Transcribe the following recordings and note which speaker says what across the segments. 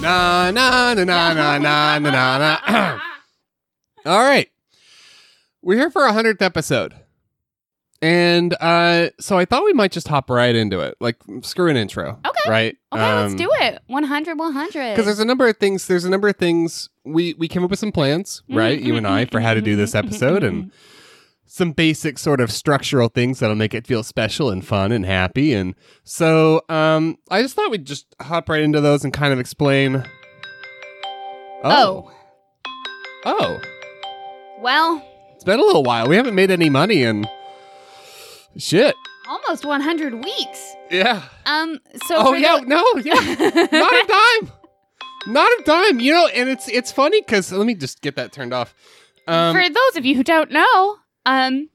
Speaker 1: Na na na na na na na na. na. All right, we're here for a hundredth episode, and uh, so I thought we might just hop right into it. Like, screw an intro.
Speaker 2: Okay.
Speaker 1: Right. Um,
Speaker 2: Okay, let's do it. 100, 100.
Speaker 1: Because there's a number of things. There's a number of things. We we came up with some plans, right? You and I for how to do this episode and some basic sort of structural things that'll make it feel special and fun and happy. And so um, I just thought we'd just hop right into those and kind of explain.
Speaker 2: Oh.
Speaker 1: oh, oh.
Speaker 2: Well,
Speaker 1: It's been a little while. We haven't made any money and shit.
Speaker 2: almost 100 weeks.
Speaker 1: Yeah.
Speaker 2: Um, so.
Speaker 1: Oh
Speaker 2: for
Speaker 1: yeah,
Speaker 2: the-
Speaker 1: no, yeah, not a dime, not a dime. You know, and it's it's funny because let me just get that turned off. Um,
Speaker 2: for those of you who don't know, um,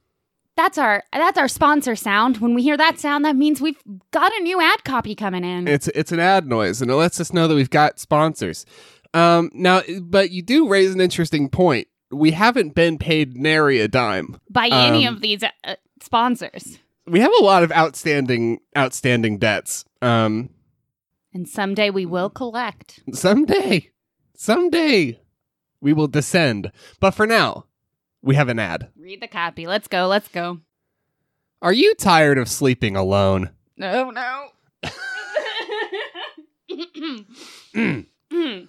Speaker 2: that's our that's our sponsor sound. When we hear that sound, that means we've got a new ad copy coming in.
Speaker 1: it's it's an ad noise, and it lets us know that we've got sponsors. Um, now, but you do raise an interesting point. We haven't been paid nary a dime.
Speaker 2: by any
Speaker 1: um,
Speaker 2: of these uh, sponsors.
Speaker 1: We have a lot of outstanding outstanding debts. Um,
Speaker 2: And someday we will collect.
Speaker 1: someday, someday, we will descend. But for now, we have an ad.
Speaker 2: Read the copy. Let's go. Let's go.
Speaker 1: Are you tired of sleeping alone?
Speaker 2: No, no. Mm.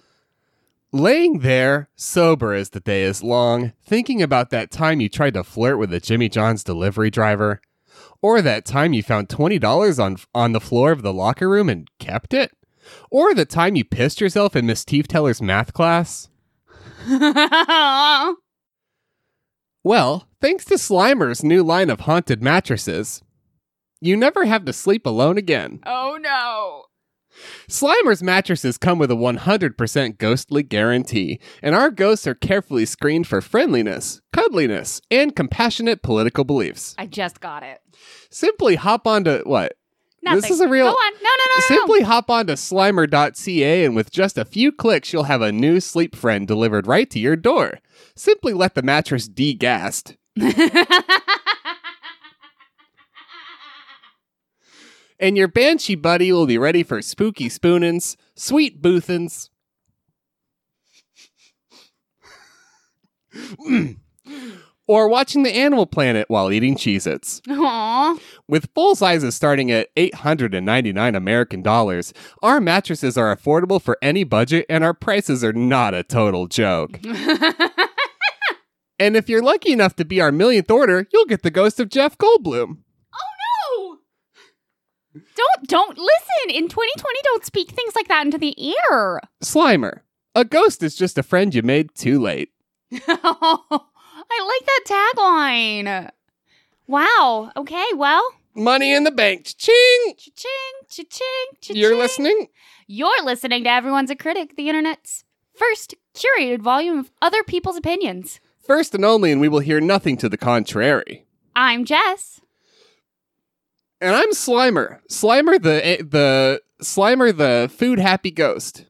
Speaker 1: Laying there, sober as the day is long, thinking about that time you tried to flirt with a Jimmy John's delivery driver, or that time you found $20 on, on the floor of the locker room and kept it, or the time you pissed yourself in Miss Teef Teller's math class. Well, thanks to Slimer's new line of haunted mattresses, you never have to sleep alone again.
Speaker 2: oh no.
Speaker 1: Slimer's mattresses come with a 100% ghostly guarantee, and our ghosts are carefully screened for friendliness, cuddliness, and compassionate political beliefs.
Speaker 2: I just got it.
Speaker 1: Simply hop onto what?
Speaker 2: Nothing.
Speaker 1: This is a real-
Speaker 2: Go on. No, no, no, no. no.
Speaker 1: Simply hop onto slimer.ca, and with just a few clicks, you'll have a new sleep friend delivered right to your door. Simply let the mattress degast. and your banshee buddy will be ready for spooky spoonins, sweet boothins. Mm. or watching the Animal Planet while eating Cheez-Its.
Speaker 2: Aw.
Speaker 1: With full sizes starting at 899 American dollars, our mattresses are affordable for any budget and our prices are not a total joke. And if you're lucky enough to be our millionth order, you'll get the ghost of Jeff Goldblum.
Speaker 2: No. Don't don't listen. In 2020, don't speak things like that into the air.
Speaker 1: Slimer. A ghost is just a friend you made too late.
Speaker 2: I like that tagline. Wow. Okay. Well,
Speaker 1: Money in the bank. Ching!
Speaker 2: cha-ching, cha-ching, cha-ching.
Speaker 1: You're listening?
Speaker 2: You're listening to Everyone's a Critic, the internet's first curated volume of other people's opinions.
Speaker 1: First and only, and we will hear nothing to the contrary.
Speaker 2: I'm Jess.
Speaker 1: And I'm Slimer. Slimer the eh, the Slimer the food happy ghost.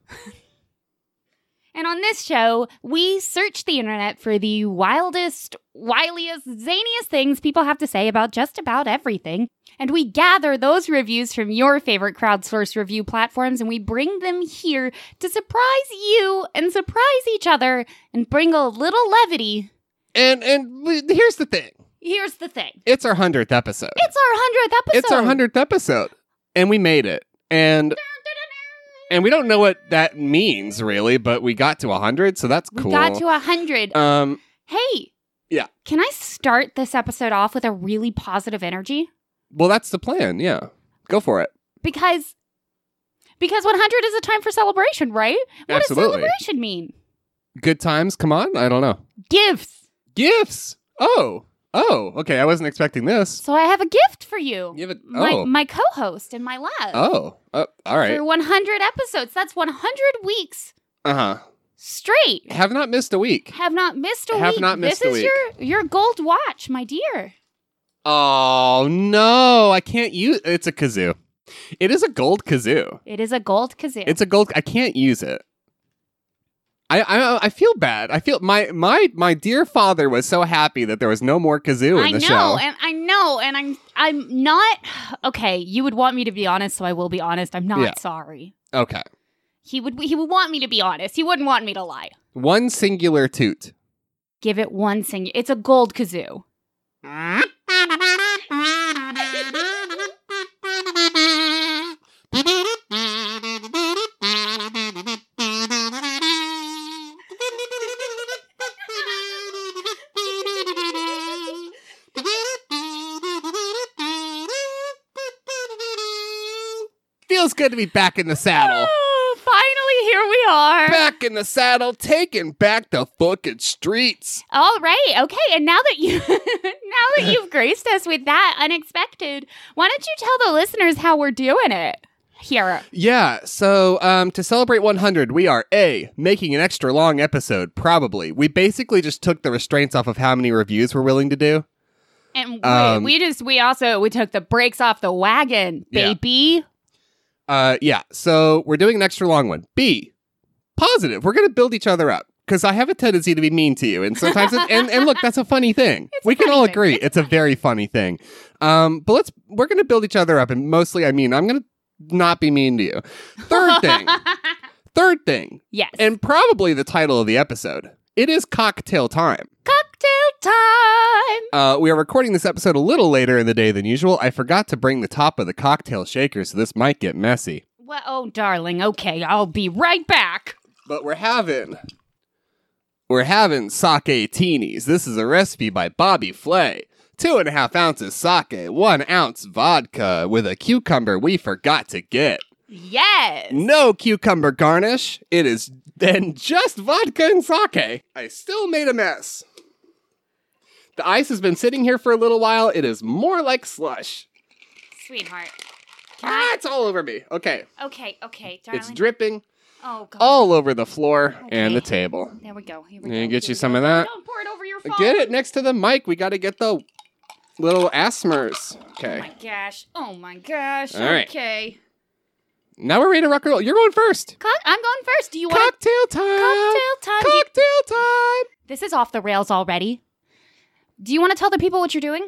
Speaker 2: And on this show, we search the internet for the wildest, wiliest, zaniest things people have to say about just about everything. And we gather those reviews from your favorite crowdsourced review platforms and we bring them here to surprise you and surprise each other and bring a little levity.
Speaker 1: And and w- here's the thing.
Speaker 2: Here's the thing
Speaker 1: It's our 100th episode.
Speaker 2: it's our 100th episode.
Speaker 1: It's our 100th episode. And we made it. And and we don't know what that means really, but we got to 100, so that's
Speaker 2: We
Speaker 1: cool.
Speaker 2: got to 100.
Speaker 1: um
Speaker 2: hey.
Speaker 1: Yeah.
Speaker 2: Can I start this episode off with a really positive energy?
Speaker 1: well that's the plan. Yeah. Go for it.
Speaker 2: because because 100 is a time for celebration, right? What
Speaker 1: Absolutely.
Speaker 2: does celebration mean?
Speaker 1: Good times, come on. I don't know.
Speaker 2: Gifts.
Speaker 1: Gifts. Oh. Oh, okay. I wasn't expecting this.
Speaker 2: So I have a gift for you.
Speaker 1: You have a-
Speaker 2: My,
Speaker 1: oh.
Speaker 2: my co-host and my love.
Speaker 1: oh. Oh, all right.
Speaker 2: For 100 episodes. That's 100 weeks
Speaker 1: Uh huh.
Speaker 2: straight.
Speaker 1: Have not missed a week.
Speaker 2: Have not missed a
Speaker 1: Have
Speaker 2: week.
Speaker 1: not missed
Speaker 2: this
Speaker 1: a
Speaker 2: is
Speaker 1: week.
Speaker 2: your your gold watch, my dear.
Speaker 1: Oh no, I can't use. It's a kazoo. It is a gold kazoo.
Speaker 2: It is a gold kazoo.
Speaker 1: It's a gold. I can't use it. I, I I feel bad. I feel my my my dear father was so happy that there was no more kazoo in
Speaker 2: I
Speaker 1: the
Speaker 2: know,
Speaker 1: show.
Speaker 2: and I know, and I'm I'm not okay. You would want me to be honest, so I will be honest. I'm not
Speaker 1: Yeah.
Speaker 2: sorry.
Speaker 1: Okay,
Speaker 2: He would he would want me to be honest. He wouldn't want me to lie.
Speaker 1: one singular toot.
Speaker 2: Give it one sing. It's a gold kazoo.
Speaker 1: Feels good to be back in the saddle.
Speaker 2: Oh, finally, here we are.
Speaker 1: Back in the saddle, taking back the fucking streets.
Speaker 2: All right. Okay. And now that you now that you've graced us with that unexpected, why don't you tell the listeners how we're doing it here?
Speaker 1: Yeah, so um, to celebrate 100, we are A, making an extra long episode, probably. We basically just took the restraints off of how many reviews we're willing to do.
Speaker 2: And we,
Speaker 1: Um,
Speaker 2: we just we also we took the brakes off the wagon,
Speaker 1: Yeah.
Speaker 2: baby.
Speaker 1: Uh, yeah, so we're doing an extra long one. B, positive. We're going to build each other up because I have a tendency to be mean to you. And sometimes, it, and, and look, that's a funny thing.
Speaker 2: It's a
Speaker 1: we can
Speaker 2: funny
Speaker 1: all
Speaker 2: thing.
Speaker 1: agree
Speaker 2: It's
Speaker 1: it's, a very funny thing. Um, but let's, we're going to build each other up. And mostly, I mean, I'm going to not be mean to you. Third thing, third thing,
Speaker 2: yes.
Speaker 1: and probably the title of the episode. It is cocktail time.
Speaker 2: cocktail time.
Speaker 1: Uh, we are recording this episode a little later in the day than usual. I forgot to bring the top of the cocktail shaker, so this might get messy.
Speaker 2: Well, oh, darling. Okay, I'll be right back.
Speaker 1: But we're having we're having sake teenies. This is a recipe by Bobby Flay. Two and a half ounces sake, one ounce vodka with a cucumber we forgot to get.
Speaker 2: Yes.
Speaker 1: No cucumber garnish. It is then just vodka and sake. I still made a mess. The ice has been sitting here for a little while. It is more like slush.
Speaker 2: Sweetheart. Can
Speaker 1: Ah,
Speaker 2: I-
Speaker 1: it's all over me. Okay.
Speaker 2: Okay, okay, darling.
Speaker 1: It's dripping
Speaker 2: oh god.
Speaker 1: all over the floor and the
Speaker 2: Okay.
Speaker 1: table.
Speaker 2: There we go. Here we
Speaker 1: Can I
Speaker 2: go.
Speaker 1: get
Speaker 2: Here
Speaker 1: you
Speaker 2: we
Speaker 1: some
Speaker 2: go.
Speaker 1: of that?
Speaker 2: Don't pour it over your phone.
Speaker 1: Get it next to the mic. We got to get the little asthmers.
Speaker 2: Oh
Speaker 1: Okay.
Speaker 2: my gosh. Oh my gosh.
Speaker 1: All right.
Speaker 2: Okay.
Speaker 1: Now we're ready to rock and roll. You're going first.
Speaker 2: Cock- I'm going first. Do you want
Speaker 1: Cocktail time.
Speaker 2: cocktail time? Do you-
Speaker 1: Cocktail time.
Speaker 2: this is off the rails already. Do you want to tell the people what you're doing?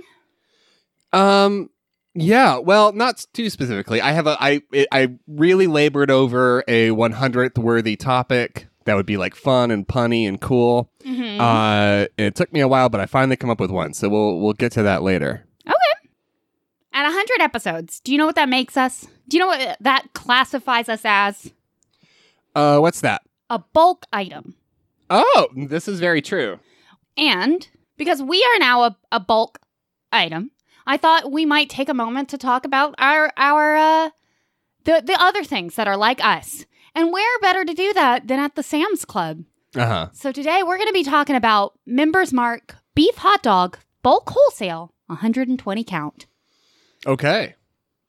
Speaker 1: Um. Yeah. Well, not too specifically. I have a. I. I really labored over a 100th worthy topic that would be like fun and punny and cool.
Speaker 2: Mm-hmm.
Speaker 1: Uh, it took me a while, but I finally come up with one. So we'll we'll get to that later.
Speaker 2: At 100 episodes, do you know what that makes us? Do you know what uh, that classifies us as?
Speaker 1: Uh, what's that?
Speaker 2: A bulk item.
Speaker 1: Oh, this is very true.
Speaker 2: And because we are now a, a bulk item, I thought we might take a moment to talk about our our uh, the the other things that are like us. And where better to do that than at the Sam's Club?
Speaker 1: Uh huh.
Speaker 2: So today we're going to be talking about Members Mark beef hot dog bulk wholesale 120 count.
Speaker 1: Okay.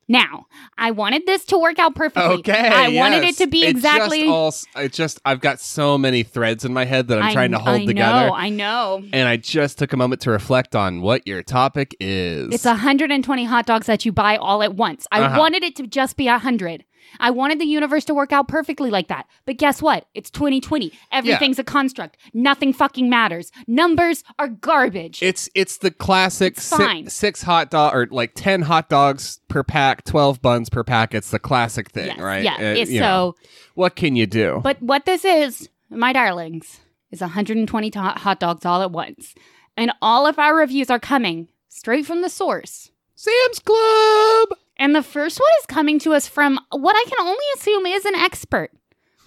Speaker 2: Now, I wanted this to work out perfectly.
Speaker 1: Okay.
Speaker 2: I wanted it
Speaker 1: yes.
Speaker 2: to be exactly
Speaker 1: It just all. s- It just. I've got so many threads in my head that I'm
Speaker 2: I-
Speaker 1: trying to hold
Speaker 2: I
Speaker 1: together.
Speaker 2: know, I know.
Speaker 1: And I just took a moment to reflect on what your topic is.
Speaker 2: It's 120 hot dogs that you buy all at once. I
Speaker 1: Uh-huh.
Speaker 2: wanted it to just be 100. I wanted the universe to work out perfectly like that. But guess what? It's 2020. Everything's a construct. Nothing fucking matters. Numbers are garbage.
Speaker 1: It's it's the classic
Speaker 2: It's
Speaker 1: si-
Speaker 2: fine.
Speaker 1: six, hot dog or like ten hot dogs per pack, twelve buns per pack. It's the classic thing,
Speaker 2: Yes,
Speaker 1: right?
Speaker 2: Yeah.
Speaker 1: Uh,
Speaker 2: it's
Speaker 1: you
Speaker 2: so,
Speaker 1: know. what can you do?
Speaker 2: but what this is, my darlings, is 120 to- hot dogs all at once. And all of our reviews are coming straight from the source.
Speaker 1: Sam's Club.
Speaker 2: And the first one is coming to us from what I can only assume is an expert,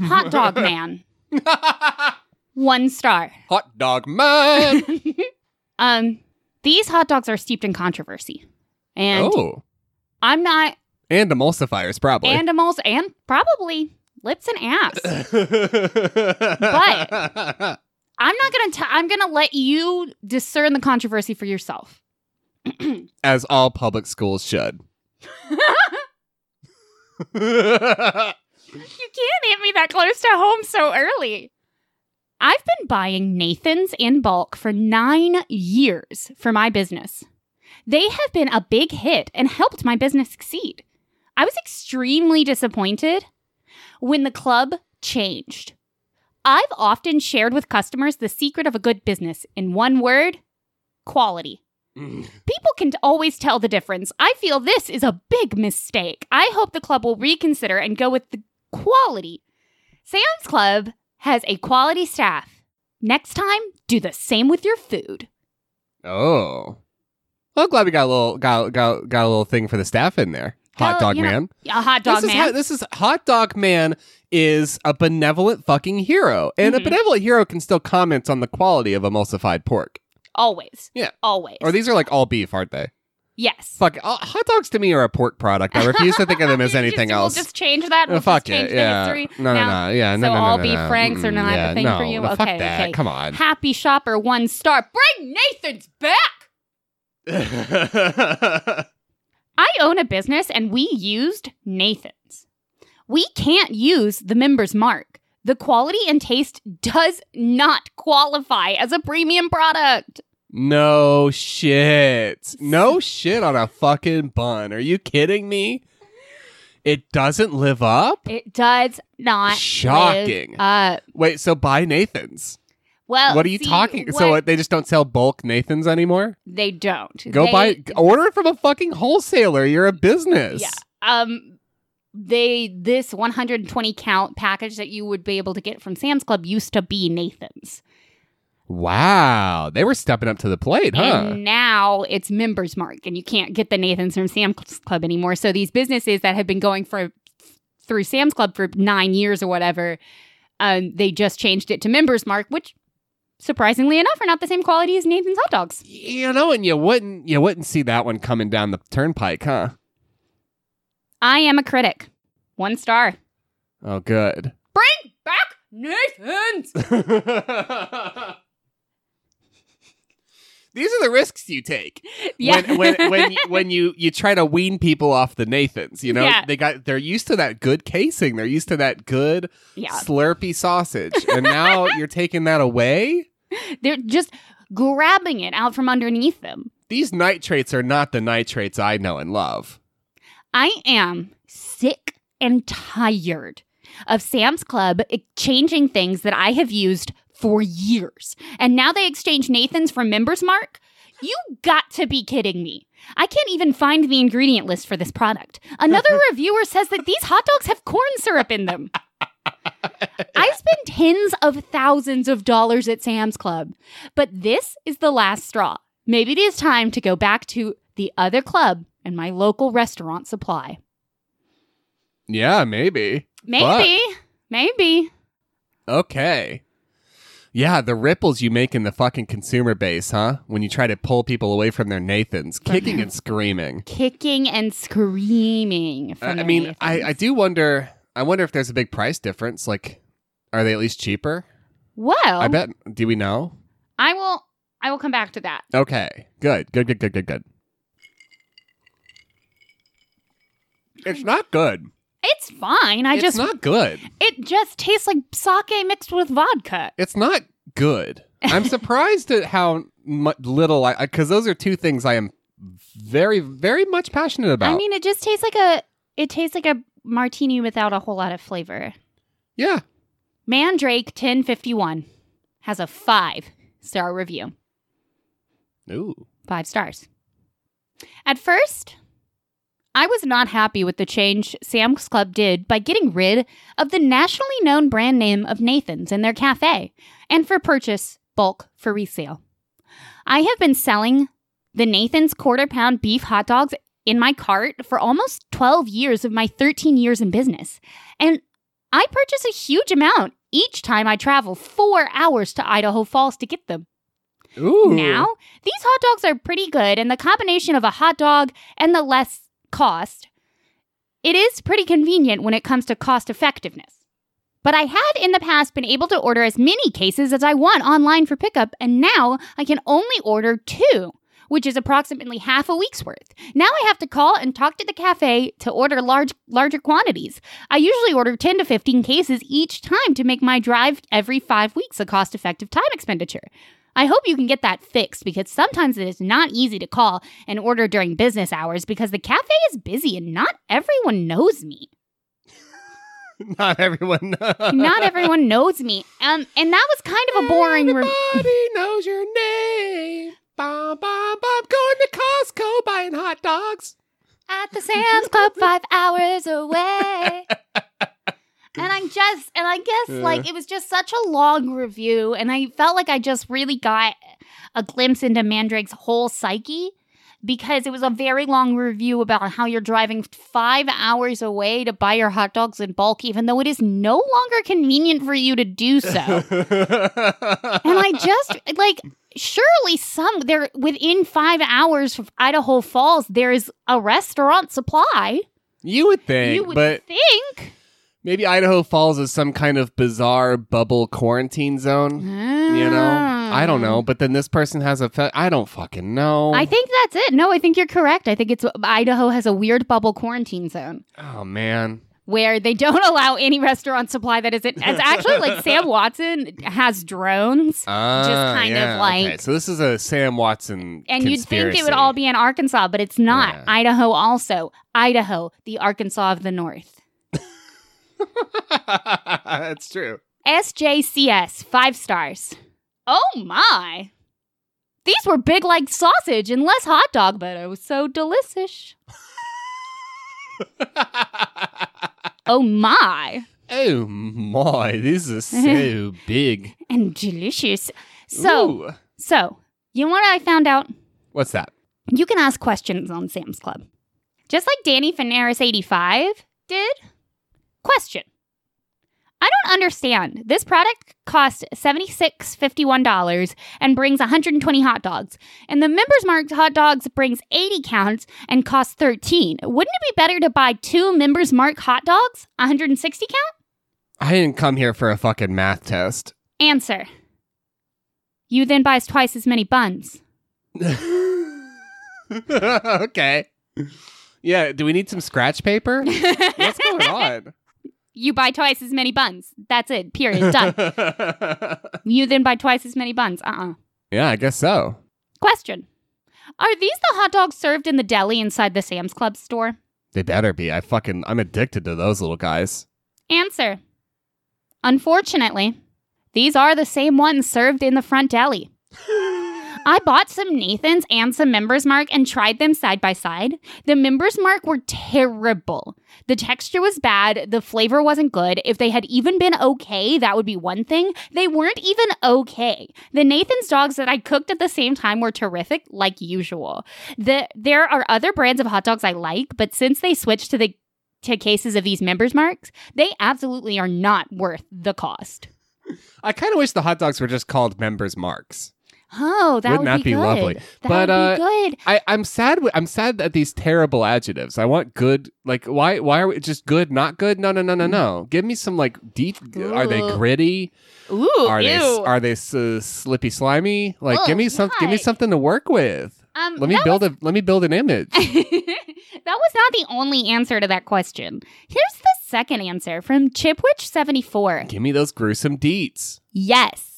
Speaker 2: Hot Dog Man. One star.
Speaker 1: hot dog man.
Speaker 2: Um, these hot dogs are steeped in controversy, and
Speaker 1: oh,
Speaker 2: I'm not
Speaker 1: and emulsifiers probably.
Speaker 2: animals and probably lips and ass.
Speaker 1: but
Speaker 2: I'm not going to tell, I'm going to let you discern the controversy for yourself.
Speaker 1: as all public schools should.
Speaker 2: You can't hit me that close to home so early. I've been buying Nathan's in bulk for nine years for my business. They have been a big hit and helped my business succeed. I was extremely disappointed when the club changed. I've often shared with customers the secret of a good business in one word quality. People can t- always tell the difference. I feel this is a big mistake. I hope the club will reconsider and go with the quality. Sam's Club has a quality staff. Next time, do the same with your food.
Speaker 1: oh, well, I'm glad we got a little got, got got a little thing for the staff in there. Hot
Speaker 2: Well,
Speaker 1: dog
Speaker 2: you know,
Speaker 1: man.
Speaker 2: A hot dog
Speaker 1: this is
Speaker 2: man.
Speaker 1: ho- this is hot dog man is a benevolent fucking hero, and
Speaker 2: Mhm.
Speaker 1: a benevolent hero can still comment on the quality of emulsified pork.
Speaker 2: always.
Speaker 1: Yeah.
Speaker 2: Always.
Speaker 1: Or these are like all beef, aren't they?
Speaker 2: yes.
Speaker 1: Fuck, uh, hot dogs to me are a pork product. I refuse to think of them as
Speaker 2: You
Speaker 1: anything
Speaker 2: just,
Speaker 1: else.
Speaker 2: We'll just change that.
Speaker 1: Oh,
Speaker 2: We'll
Speaker 1: fuck
Speaker 2: just change
Speaker 1: it.
Speaker 2: the
Speaker 1: Yeah.
Speaker 2: history.
Speaker 1: No, no,
Speaker 2: Now,
Speaker 1: no. Yeah, no,
Speaker 2: so
Speaker 1: no, no,
Speaker 2: all
Speaker 1: no,
Speaker 2: beef
Speaker 1: no.
Speaker 2: franks are
Speaker 1: Mm-mm,
Speaker 2: not a
Speaker 1: yeah,
Speaker 2: thing
Speaker 1: no,
Speaker 2: for you?
Speaker 1: no,
Speaker 2: Okay,
Speaker 1: fuck that.
Speaker 2: okay.
Speaker 1: Come on.
Speaker 2: Happy shopper, one star. Bring Nathan's back. I own a business and we used Nathan's. We can't use the member's mark. The quality and taste does not qualify as a premium product.
Speaker 1: no shit. No shit on a fucking bun. Are you kidding me? It doesn't live up?
Speaker 2: It does not.
Speaker 1: Shocking.
Speaker 2: live up.
Speaker 1: Wait, so buy Nathan's.
Speaker 2: well,
Speaker 1: what are you
Speaker 2: see,
Speaker 1: talking?
Speaker 2: what-
Speaker 1: So what, they just don't sell bulk Nathan's anymore?
Speaker 2: they don't.
Speaker 1: Go
Speaker 2: They-
Speaker 1: buy order it from a fucking wholesaler. You're a business.
Speaker 2: Yeah. Um. They this 120 count package that you would be able to get from Sam's Club used to be Nathan's,
Speaker 1: Wow. They were stepping up to the plate, huh?
Speaker 2: and now it's Members Mark, and you can't get the Nathan's from Sam's Club anymore. So these businesses that have been going for through Sam's Club for nine years or whatever, um, they just changed it to Members Mark, which surprisingly enough are not the same quality as Nathan's hot dogs.
Speaker 1: you know, and you wouldn't you wouldn't see that one coming down the turnpike, huh?
Speaker 2: I am a critic. One star.
Speaker 1: Oh, good.
Speaker 2: Back Nathan's.
Speaker 1: These are the risks you take when when when you, when you you try to wean people off the Nathans. You know,
Speaker 2: Yeah.
Speaker 1: they got they're used to that good casing, they're used to that good
Speaker 2: yeah.
Speaker 1: slurpy sausage, and now you're taking that away.
Speaker 2: They're just grabbing it out from underneath them.
Speaker 1: These nitrates are not the nitrates I know and love.
Speaker 2: I am sick and tired of Sam's Club exchanging things that I have used for years. And now they exchange Nathan's for Members Mark? You got to be kidding me. I can't even find the ingredient list for this product. Another reviewer says that these hot dogs have corn syrup in them. I spend tens of thousands of dollars at Sam's Club, but this is the last straw. Maybe it is time to go back to the other club and my local restaurant supply.
Speaker 1: Yeah, maybe.
Speaker 2: Maybe, maybe.
Speaker 1: Okay. Yeah, the ripples you make in the fucking consumer base, huh? When you try to pull people away from their Nathans, kicking and screaming.
Speaker 2: Kicking and screaming.
Speaker 1: Uh,
Speaker 2: From
Speaker 1: I
Speaker 2: the
Speaker 1: mean, I,
Speaker 2: Nathans.
Speaker 1: I do wonder. I wonder if there's a big price difference. Like, are they at least cheaper?
Speaker 2: well,
Speaker 1: I bet. Do we know?
Speaker 2: I will. I will come back to that.
Speaker 1: Okay. Good. Good. Good. Good. Good. Good. It's not good.
Speaker 2: It's fine. I
Speaker 1: it's
Speaker 2: just
Speaker 1: not good.
Speaker 2: it just tastes like sake mixed with vodka.
Speaker 1: It's not good. I'm surprised at how mu- little I because those are two things I am very very much passionate about.
Speaker 2: I mean, it just tastes like a it tastes like a martini without a whole lot of flavor.
Speaker 1: yeah.
Speaker 2: Mandrake 1051 has a five star review.
Speaker 1: Ooh.
Speaker 2: Five stars. At first, I was not happy with the change Sam's Club did by getting rid of the nationally known brand name of Nathan's in their cafe and for purchase bulk for resale. I have been selling the Nathan's quarter pound beef hot dogs in my cart for almost 12 years of my 13 years in business, and I purchase a huge amount each time I travel four hours to Idaho Falls to get them.
Speaker 1: Ooh.
Speaker 2: Now, these hot dogs are pretty good, and the combination of a hot dog and the less cost, it is pretty convenient when it comes to cost effectiveness. But I had in the past been able to order as many cases as I want online for pickup, and now I can only order two, which is approximately half a week's worth. Now I have to call and talk to the cafe to order large larger quantities. I usually order 10 to 15 cases each time to make my drive every 5 weeks a cost-effective time expenditure. I hope you can get that fixed because sometimes it is not easy to call and order during business hours because the cafe is busy and not everyone knows me.
Speaker 1: Not everyone.
Speaker 2: Not everyone knows me. Um, and that was kind of a boring.
Speaker 1: Everybody
Speaker 2: Re-
Speaker 1: knows your name. Bom, bom, bom. Going to Costco buying hot dogs.
Speaker 2: At the Sam's Club, five hours away. And I'm just, and I guess
Speaker 1: Yeah.
Speaker 2: like it was just such a long review, and I felt like I just really got a glimpse into Mandrake's whole psyche because it was a very long review about how you're driving five hours away to buy your hot dogs in bulk, even though it is no longer convenient for you to do so. And I just like surely some there within five hours of Idaho Falls there is a restaurant supply.
Speaker 1: you would think,
Speaker 2: you would
Speaker 1: but
Speaker 2: think.
Speaker 1: maybe Idaho Falls is some kind of bizarre bubble quarantine zone. You know, I don't know. But then this person has a. Fe- I don't fucking know.
Speaker 2: Mm. I think that's it. No, I think you're correct. I think it's Idaho has a weird bubble quarantine zone
Speaker 1: oh man.
Speaker 2: where they don't allow any restaurant supply that isn't. It's actually like Sam Watson has drones.
Speaker 1: Ah,
Speaker 2: kind of
Speaker 1: yeah, Okay.
Speaker 2: like-
Speaker 1: So this is a Sam Watson.
Speaker 2: And you'd think it would
Speaker 1: conspiracy.
Speaker 2: all be in Arkansas, but it's not.
Speaker 1: Yeah.
Speaker 2: Idaho also. Idaho, the Arkansas of the North.
Speaker 1: That's true.
Speaker 2: SJCS, five stars. Oh my. These were big like sausage and less hot dog, but oh so delicious. Oh my.
Speaker 1: oh my, this is so big.
Speaker 2: And delicious. So,
Speaker 1: Ooh.
Speaker 2: so, you know what I found out?
Speaker 1: what's that?
Speaker 2: You can ask questions on Sam's Club. Just like Danny Fanaris85 did. Question. I don't understand. This product cost $76.51 and brings 120 hot dogs. And the members marked hot dogs brings 80 counts and costs 13. Wouldn't it be better to buy two members mark hot dogs, 160 count?
Speaker 1: I didn't come here for a fucking math test.
Speaker 2: Answer. You then buys twice as many buns.
Speaker 1: okay. Yeah, do we need some scratch paper? What's going on?
Speaker 2: you buy twice as many buns. That's it. Period. Done. You then buy twice as many buns. Uh uh
Speaker 1: yeah, I guess so.
Speaker 2: Question Are these the hot dogs served in the deli inside the Sam's Club store?
Speaker 1: They better be. I fucking I'm addicted to those little guys.
Speaker 2: Answer Unfortunately, these are the same ones served in the front deli. I bought some Nathan's and some Members Mark and tried them side by side. The Members Mark were terrible. The texture was bad. The flavor wasn't good. If they had even been okay, that would be one thing. They weren't even okay. The Nathan's dogs that I cooked at the same time were terrific, like usual. The, there are other brands of hot dogs I like, but since they switched to the to cases of these members marks, they absolutely are not worth the cost.
Speaker 1: I kind of wish the hot dogs were just called members marks.
Speaker 2: Oh, that
Speaker 1: Wouldn't
Speaker 2: would
Speaker 1: that be
Speaker 2: good.
Speaker 1: lovely?
Speaker 2: That
Speaker 1: But,
Speaker 2: would
Speaker 1: uh,
Speaker 2: be good.
Speaker 1: I, I'm sad. wi- I'm sad at these terrible adjectives. I want good. Like, why? Why are we just good, not good? No, no, no, no, no. Give me some like deep. Are they
Speaker 2: Ooh.
Speaker 1: gritty?
Speaker 2: Ooh,
Speaker 1: Are
Speaker 2: ew.
Speaker 1: they are they uh, slippy, slimy? Like,
Speaker 2: Oh,
Speaker 1: give me some. Give me
Speaker 2: yuck.
Speaker 1: something to work with.
Speaker 2: um,
Speaker 1: Let me
Speaker 2: that
Speaker 1: build a. Let me build an image.
Speaker 2: that was not the only answer to that question. Here's the second answer from Chipwitch74.
Speaker 1: give me those gruesome deets.
Speaker 2: Yes.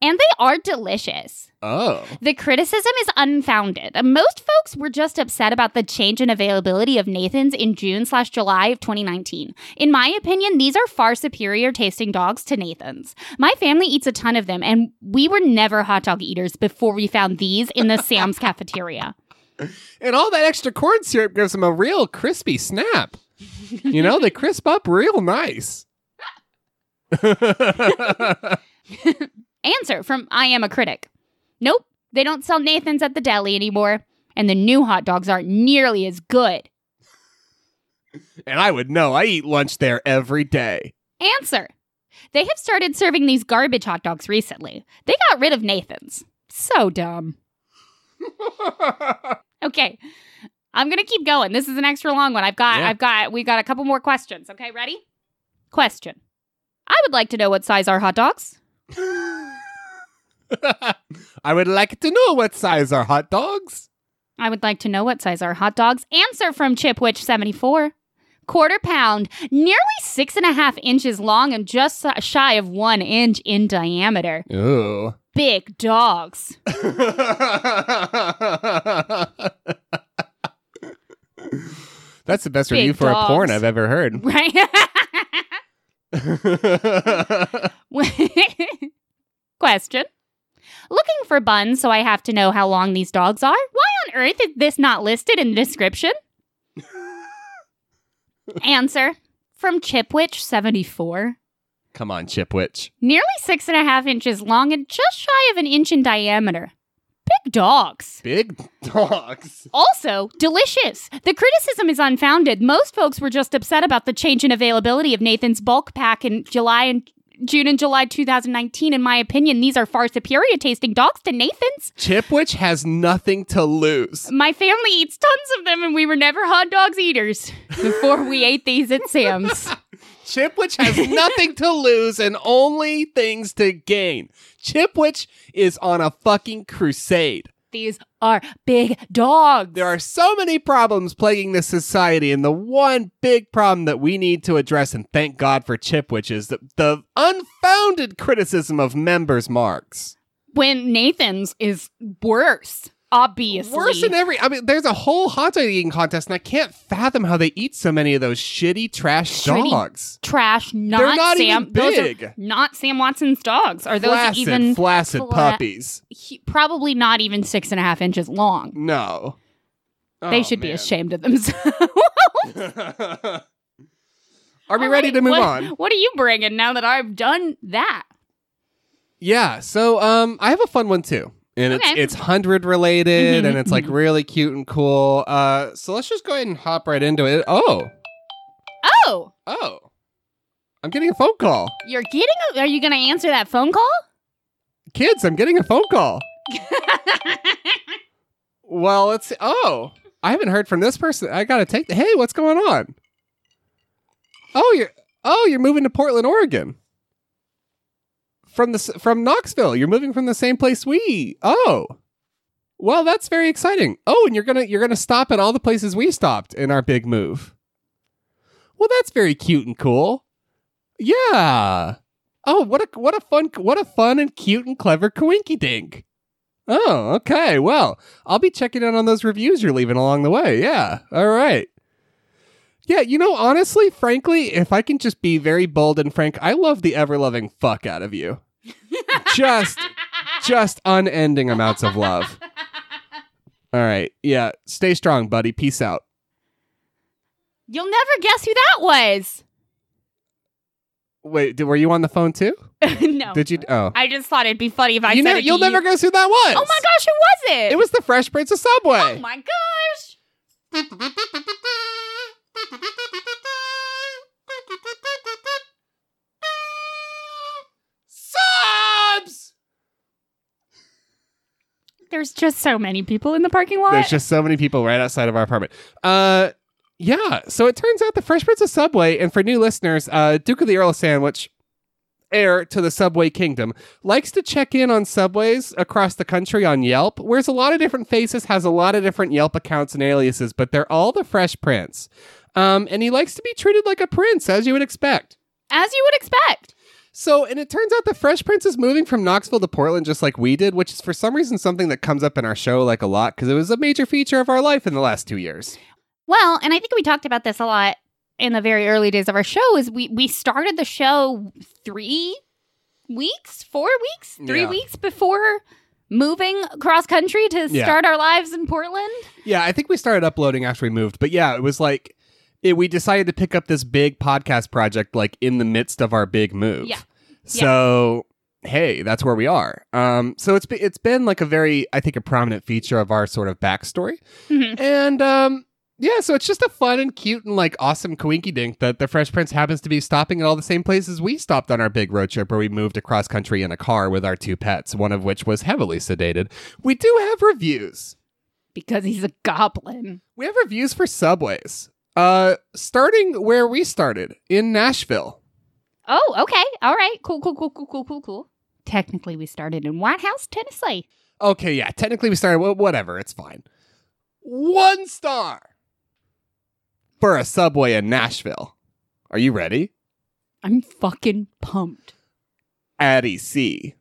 Speaker 2: And they are delicious.
Speaker 1: Oh,
Speaker 2: The criticism is unfounded. Most folks were just upset about the change in availability of Nathan's in June slash July of 2019. In my opinion, these are far superior tasting dogs to Nathan's. My family eats a ton of them, and we were never hot dog eaters before we found these in the Sam's cafeteria.
Speaker 1: and all that extra corn syrup gives them a real crispy snap. you know, they crisp up real nice.
Speaker 2: Answer from I am a critic. Nope, they don't sell Nathan's at the deli anymore, and the new hot dogs aren't nearly as good.
Speaker 1: and I would know. I eat lunch there every day.
Speaker 2: Answer. They have started serving these garbage hot dogs recently. They got rid of Nathan's. So dumb. Okay. I'm going to keep going. This is an extra long one. I've got
Speaker 1: Yeah.
Speaker 2: I've got we got a couple more questions. Okay, ready? Question. I would like to know what size are hot dogs.
Speaker 1: I would like to know what size are hot dogs.
Speaker 2: I would like to know what size are hot dogs. Answer from Chipwitch74. Quarter pound, nearly six and a half inches long and just si- shy of one inch in diameter.
Speaker 1: Ooh.
Speaker 2: Big dogs.
Speaker 1: That's the best
Speaker 2: Big
Speaker 1: review for a porn
Speaker 2: dogs.
Speaker 1: I've ever heard.
Speaker 2: Right? Question. Looking for buns, so I have to know how long these dogs are. Why on earth is this not listed in the description? Answer from Chipwitch74.
Speaker 1: Come on, Chipwitch.
Speaker 2: Nearly six and a half inches long and just shy of an inch in diameter. Big dogs.
Speaker 1: Big dogs.
Speaker 2: Also, delicious. The criticism is unfounded. Most folks were just upset about the change in availability of Nathan's bulk pack in July and June and July 2019. In my opinion, these are far superior tasting dogs to Nathan's.
Speaker 1: Chipwitch has nothing to lose.
Speaker 2: My family eats tons of them, and we were never hot dogs eaters before we ate these at Sam's.
Speaker 1: Chipwitch has nothing to lose and only things to gain. Chipwitch is on a fucking crusade.
Speaker 2: These are big dogs.
Speaker 1: There are so many problems plaguing this society, and the one big problem that we need to address, and thank God for Chipwitch, is the, the unfounded criticism of members' marks.
Speaker 2: when Nathan's is worse, obviously.
Speaker 1: Worse than every. I mean, there's a whole hot dog eating contest, and I can't fathom how they eat so many of those shitty trash
Speaker 2: Shitty
Speaker 1: dogs.
Speaker 2: trash. Not,
Speaker 1: They're not
Speaker 2: Sam.
Speaker 1: even
Speaker 2: those are
Speaker 1: big.
Speaker 2: not Sam Watson's dogs. Are those
Speaker 1: flaccid,
Speaker 2: even
Speaker 1: flaccid
Speaker 2: fla-
Speaker 1: puppies?
Speaker 2: he- probably not even six and a half inches long?
Speaker 1: No.
Speaker 2: they
Speaker 1: Oh,
Speaker 2: should be
Speaker 1: man.
Speaker 2: ashamed of themselves.
Speaker 1: Are we ready to move
Speaker 2: What-
Speaker 1: on?
Speaker 2: What are you bringing now that I've done that?
Speaker 1: Yeah. So um, I have a fun one too, and
Speaker 2: Okay.
Speaker 1: it's it's hundred related,
Speaker 2: Mhm,
Speaker 1: and it's like
Speaker 2: mhm.
Speaker 1: really cute and cool. Uh, so let's just go ahead and hop right into it. Oh,
Speaker 2: Oh,
Speaker 1: oh, I'm getting a phone call,
Speaker 2: you're getting. A, are you going to answer that phone call?
Speaker 1: kids. I'm getting a phone call. Well, let's see. Oh, I haven't heard from this person. I gotta take. The- hey, what's going on? Oh, you're oh you're moving to Portland, Oregon. From the s- from Knoxville, you're moving from the same place we. Oh, well, that's very exciting. Oh, and you're gonna you're gonna stop at all the places we stopped in our big move. Well, that's very cute and cool. Yeah. Oh, what a what a fun what a fun and cute and clever coinky dink. Oh, okay. Well, I'll be checking in on those reviews you're leaving along the way. Yeah. All right. Yeah, you know, honestly, frankly, if I can just be very bold and frank, I love the ever loving fuck out of you. just just unending amounts of love. All right. Yeah. Stay strong, buddy. Peace out.
Speaker 2: You'll never guess who that was.
Speaker 1: Wait, did, were you on the phone too?
Speaker 2: no,
Speaker 1: Did you? Oh,
Speaker 2: I just thought it'd be funny if I
Speaker 1: you
Speaker 2: said
Speaker 1: never,
Speaker 2: it to
Speaker 1: you'll
Speaker 2: you.
Speaker 1: never guess who that was.
Speaker 2: Oh my gosh, who was it?
Speaker 1: It was the Fresh Prince of Subway.
Speaker 2: Oh my gosh.
Speaker 1: Subs.
Speaker 2: There's just so many people in the parking lot.
Speaker 1: There's just so many people right outside of our apartment. Uh, yeah. So it turns out the Fresh Prince of Subway, and for new listeners, uh, Duke of the Earl of Sandwich, heir to the Subway Kingdom, likes to check in on subways across the country on Yelp. Wears a lot of different faces, has a lot of different Yelp accounts and aliases, but they're all the Fresh Prince. Um, and he likes to be treated like a prince, as you would expect.
Speaker 2: As you would expect.
Speaker 1: So, and it turns out the Fresh Prince is moving from Knoxville to Portland just like we did, which is for some reason something that comes up in our show like a lot because it was a major feature of our life in the last two years.
Speaker 2: Well, and I think we talked about this a lot in the very early days of our show is we we started the show 3 weeks, 4 weeks, 3
Speaker 1: Yeah.
Speaker 2: weeks before moving cross country to
Speaker 1: Yeah.
Speaker 2: start our lives in Portland.
Speaker 1: Yeah, I think we started uploading after we moved, but yeah, it was like it, we decided to pick up this big podcast project like in the midst of our big move.
Speaker 2: Yeah.
Speaker 1: So hey, that's where we are. Um, so it's be- it's been like a very I think a prominent feature of our sort of backstory.
Speaker 2: Mhm.
Speaker 1: And um yeah, so it's just a fun and cute and like awesome coinky dink that the Fresh Prince happens to be stopping at all the same places we stopped on our big road trip where we moved across country in a car with our two pets, one of which was heavily sedated. We do have reviews.
Speaker 2: Because he's a goblin.
Speaker 1: We have reviews for subways. Uh starting where we started in Nashville.
Speaker 2: Oh, okay. All right. Cool, cool, cool, cool, cool, cool, cool. Technically, we started in White House, Tennessee.
Speaker 1: Okay, yeah, technically we started, wh- whatever, it's fine. One star for a subway in Nashville. Are you ready?
Speaker 2: I'm fucking pumped.
Speaker 1: Addie E C.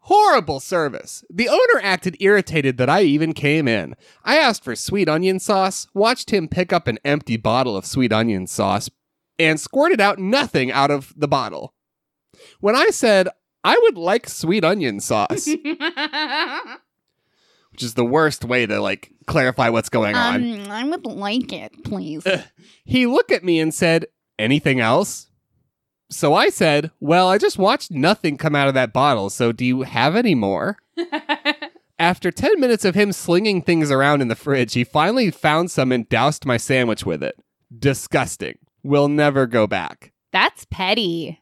Speaker 1: Horrible service. The owner acted irritated that I even came in. I asked for sweet onion sauce, watched him pick up an empty bottle of sweet onion sauce, and squirted out nothing out of the bottle. When I said, I would like sweet onion sauce, which is the worst way to like clarify what's going on,
Speaker 2: I would like it, please.
Speaker 1: Ugh. he looked at me and said, Anything else? So I said, Well, I just watched nothing come out of that bottle, so do you have any more? After 10 minutes of him slinging things around in the fridge, he finally found some and doused my sandwich with it. Disgusting. We'll never go back.
Speaker 2: That's petty.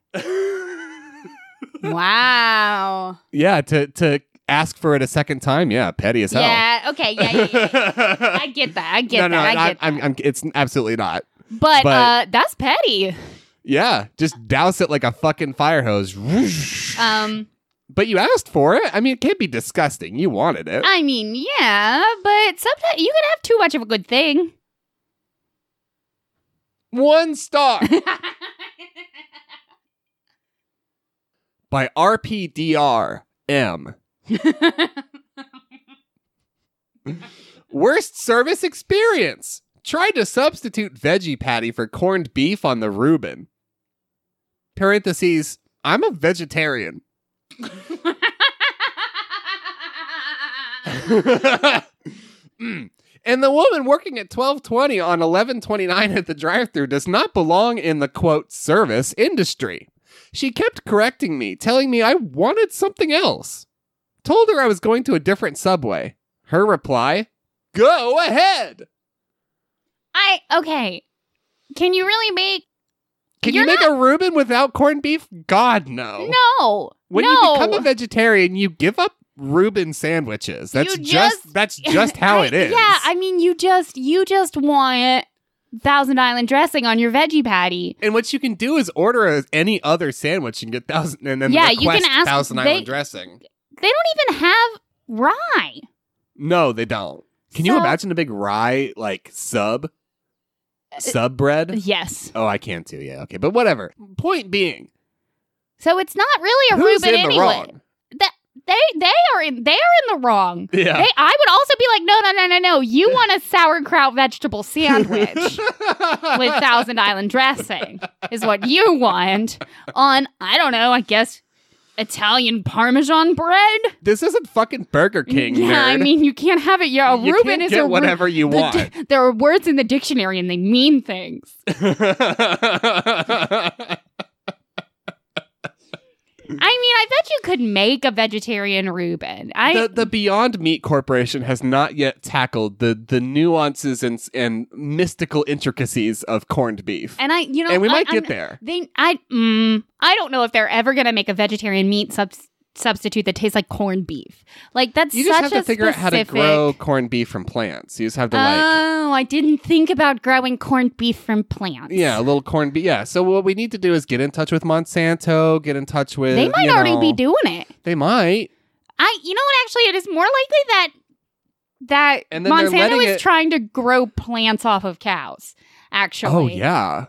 Speaker 2: Wow.
Speaker 1: yeah, to, to ask for it a second time, yeah, petty as hell.
Speaker 2: yeah. Okay. Yeah. yeah, yeah. I get that. I get
Speaker 1: no, no,
Speaker 2: that. I
Speaker 1: I-
Speaker 2: get
Speaker 1: I'm, I'm, it's absolutely not.
Speaker 2: But,
Speaker 1: but-
Speaker 2: uh, that's petty.
Speaker 1: Yeah, just douse it like a fucking fire hose.
Speaker 2: Um,
Speaker 1: But you asked for it. I mean, it can't be disgusting. You wanted it.
Speaker 2: I mean, yeah, but sometimes you can have too much of a good thing.
Speaker 1: One star by RPDRM. Worst service experience. Tried to substitute veggie patty for corned beef on the Reuben. Parentheses. I'm a vegetarian. Mm. and the woman working at 1220 on 1129 at the drive-through does not belong in the quote service industry. She kept correcting me, telling me I wanted something else. Told her I was going to a different subway. Her reply, "Go ahead."
Speaker 2: I okay. Can you really make
Speaker 1: Can
Speaker 2: You're
Speaker 1: you make a Reuben without corned beef? God no.
Speaker 2: no?
Speaker 1: When
Speaker 2: no.
Speaker 1: you become a vegetarian, you give up Reuben sandwiches. That's
Speaker 2: You
Speaker 1: just,
Speaker 2: just-
Speaker 1: that's just how
Speaker 2: I-
Speaker 1: it is.
Speaker 2: Yeah, I mean, you just you just want Thousand Island dressing on your veggie patty.
Speaker 1: And what you can do is order a, any other sandwich and get thousand, and then
Speaker 2: Yeah,
Speaker 1: request
Speaker 2: you can ask-
Speaker 1: Thousand
Speaker 2: they-
Speaker 1: Island dressing.
Speaker 2: They don't even have rye.
Speaker 1: No, they don't. Can you
Speaker 2: So-
Speaker 1: imagine a big rye like sub
Speaker 2: Uh,
Speaker 1: sub bread?
Speaker 2: Yes.
Speaker 1: Oh, I can too. Yeah, okay, but whatever. Point being,
Speaker 2: So it's not really a
Speaker 1: who's
Speaker 2: Reuben
Speaker 1: in the
Speaker 2: anyway.
Speaker 1: wrong?
Speaker 2: They they are in they are in the wrong.
Speaker 1: Yeah.
Speaker 2: They, I would also be like, no, no, no, no, no. You want a sauerkraut vegetable sandwich with Thousand Island dressing, is what you want on, I don't know, I guess Italian Parmesan bread.
Speaker 1: this isn't fucking Burger King.
Speaker 2: yeah, I
Speaker 1: nerd.
Speaker 2: mean, you can't have it. Yeah, a
Speaker 1: you
Speaker 2: Reuben
Speaker 1: can
Speaker 2: is
Speaker 1: get
Speaker 2: a Reu-
Speaker 1: whatever you
Speaker 2: the
Speaker 1: want.
Speaker 2: di- there are words in the dictionary and they mean things. I mean, I bet you could make a vegetarian Reuben. I
Speaker 1: the, the Beyond Meat Corporation has not yet tackled the the nuances and and mystical intricacies of corned beef, and,
Speaker 2: and I, you know,
Speaker 1: we
Speaker 2: I-
Speaker 1: might
Speaker 2: I'm-
Speaker 1: get there.
Speaker 2: They, I, mm, I don't know if they're ever gonna make a vegetarian meat subs- substitute that tastes like corned beef. Like that's
Speaker 1: You just
Speaker 2: such
Speaker 1: have to
Speaker 2: a
Speaker 1: figure out how to
Speaker 2: specific-
Speaker 1: grow corned beef from plants. You just have to like,
Speaker 2: Oh, I didn't think about growing corned beef from plants.
Speaker 1: yeah, a little corned beef. Yeah. So what we need to do is get in touch with Monsanto. Get in touch with.
Speaker 2: they might
Speaker 1: uh, you
Speaker 2: already
Speaker 1: know-
Speaker 2: be doing it.
Speaker 1: They might.
Speaker 2: I, you know what? Actually, it is more likely that that
Speaker 1: And then they're
Speaker 2: Monsanto
Speaker 1: letting
Speaker 2: is
Speaker 1: it-
Speaker 2: trying to grow plants off of cows. Actually,
Speaker 1: Oh yeah.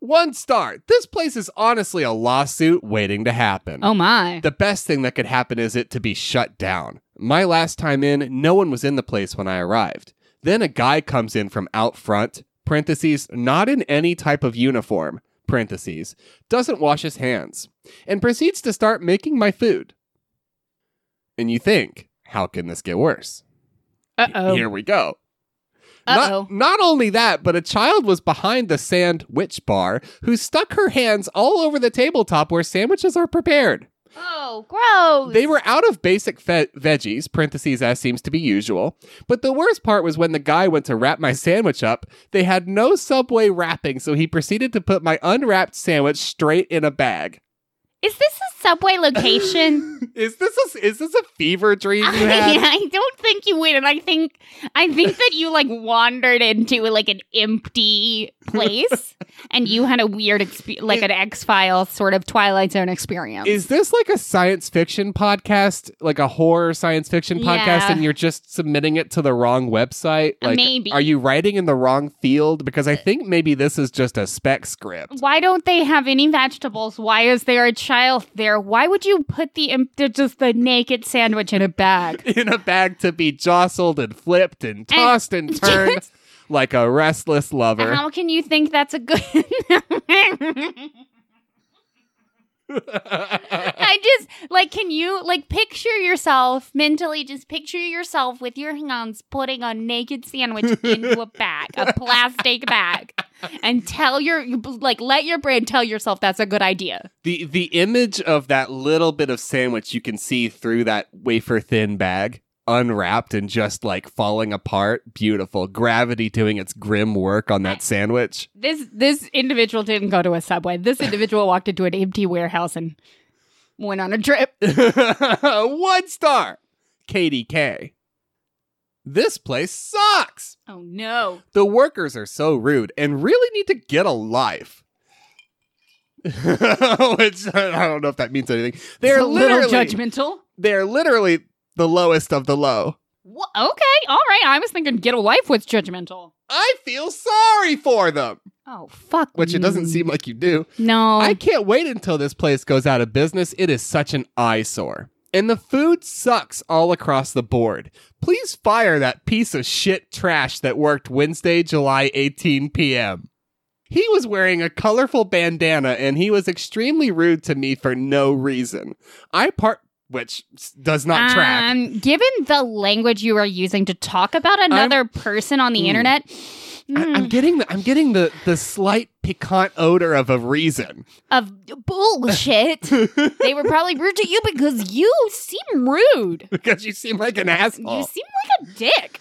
Speaker 1: One star. This place is honestly a lawsuit waiting to happen.
Speaker 2: Oh my.
Speaker 1: The best thing that could happen is it to be shut down. My last time in, no one was in the place when I arrived. Then a guy comes in from out front, parentheses, not in any type of uniform, parentheses, doesn't wash his hands, and proceeds to start making my food. And you think, how can this get worse?
Speaker 2: Uh oh.
Speaker 1: Here we go.
Speaker 2: Uh-oh.
Speaker 1: Not, Oh, not only that, but a child was behind the sandwich bar who stuck her hands all over the tabletop where sandwiches are prepared.
Speaker 2: Oh, gross.
Speaker 1: They were out of basic fe- veggies, parentheses as seems to be usual. But the worst part was when the guy went to wrap my sandwich up, they had no Subway wrapping, so he proceeded to put my unwrapped sandwich straight in a bag.
Speaker 2: Is this a subway location?
Speaker 1: Is this a, is this a fever dream you
Speaker 2: I,
Speaker 1: had?
Speaker 2: I don't think think you win, and I think I think that you like wandered into like an empty place, and you had a weird exp- like an X Files sort of Twilight Zone experience.
Speaker 1: Is this like a science fiction podcast, like a horror science fiction podcast,
Speaker 2: Yeah.
Speaker 1: and you're just submitting it to the wrong website?
Speaker 2: Uh,
Speaker 1: Like,
Speaker 2: maybe. Uh,
Speaker 1: Are you writing in the wrong field? Because I think maybe this is just a spec script.
Speaker 2: Why don't they have any vegetables? Why is there a child there? Why would you put the em- the- just the naked sandwich in a bag?
Speaker 1: In a bag to be jostled and flipped and tossed and, turned like a restless lover.
Speaker 2: How can you think that's a good? I just like can you like picture yourself mentally just picture yourself with your hands putting a naked sandwich into a bag, a plastic bag, and tell your you- like let your brain tell yourself that's a good idea.
Speaker 1: the the image of that little bit of sandwich you can see through that wafer thin bag unwrapped and just like falling apart beautiful gravity doing its grim work on that sandwich
Speaker 2: This this individual didn't go to a subway. This individual walked into an empty warehouse and went on a trip.
Speaker 1: one star kdk this place sucks
Speaker 2: Oh no.
Speaker 1: the workers are so rude and really need to get a life Which, I don't know if that means anything. They're
Speaker 2: It's a little
Speaker 1: literally
Speaker 2: judgmental.
Speaker 1: they're literally the lowest of the low.
Speaker 2: Wha okay, all right. I was thinking get a life was judgmental.
Speaker 1: I feel sorry for them,
Speaker 2: Oh fuck.
Speaker 1: which it doesn't
Speaker 2: Mm.
Speaker 1: seem like you do.
Speaker 2: No.
Speaker 1: I can't wait until this place goes out of business. It is such an eyesore. And the food sucks all across the board. Please fire that piece of shit trash that worked Wednesday, July 18 p.m. He was wearing a colorful bandana and he was extremely rude to me for no reason. I part, which s- does not track.
Speaker 2: Um, given the language you are using to talk about another person on the
Speaker 1: Mm.
Speaker 2: internet,
Speaker 1: I-
Speaker 2: mm,
Speaker 1: I'm getting the I'm getting the the slight piquant odor of a reason.
Speaker 2: of bullshit, they were probably rude to you because you seem rude.
Speaker 1: because you seem like an
Speaker 2: You
Speaker 1: asshole.
Speaker 2: seem like a dick.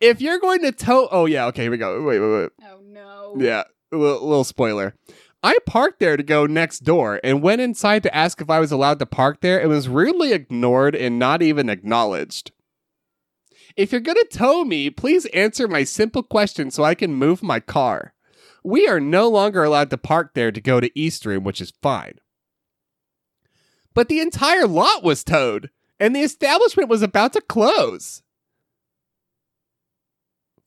Speaker 1: if you're going to tow, oh yeah, okay, here we go. Wait, wait,
Speaker 2: Oh no.
Speaker 1: wait. Yeah, a little, little spoiler. I parked there to go next door and went inside to ask if I was allowed to park there and was rudely ignored and not even acknowledged. If you're going to tow me, please answer my simple question so I can move my car. We are no longer allowed to park there to go to East Room, which is fine. But the entire lot was towed, and the establishment was about to close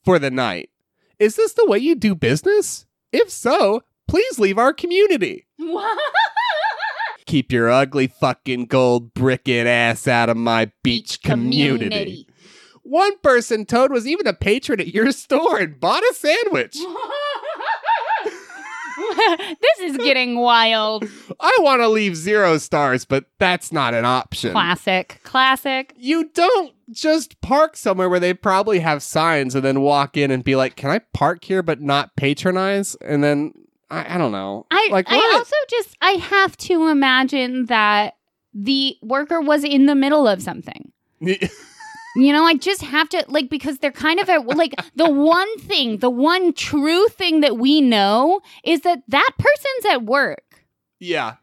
Speaker 1: for the night. Is this the way you do business? If so, please leave our community.
Speaker 2: What?
Speaker 1: Keep your ugly fucking gold brickin' ass out of my beach community. One person, Toad, was even a patron at your store and bought a sandwich.
Speaker 2: this is getting wild.
Speaker 1: I want to leave zero stars, but that's not an option.
Speaker 2: Classic. Classic.
Speaker 1: You don't just park somewhere where they probably have signs and then walk in and be like, can I park here but not patronize? And then, I, I don't know.
Speaker 2: I
Speaker 1: like,
Speaker 2: I
Speaker 1: what?
Speaker 2: also just I have to imagine that the worker was in the middle of something. You know, I just have to like because they're kind of at like the one thing, the one true thing that we know is that that person's at work.
Speaker 1: yeah.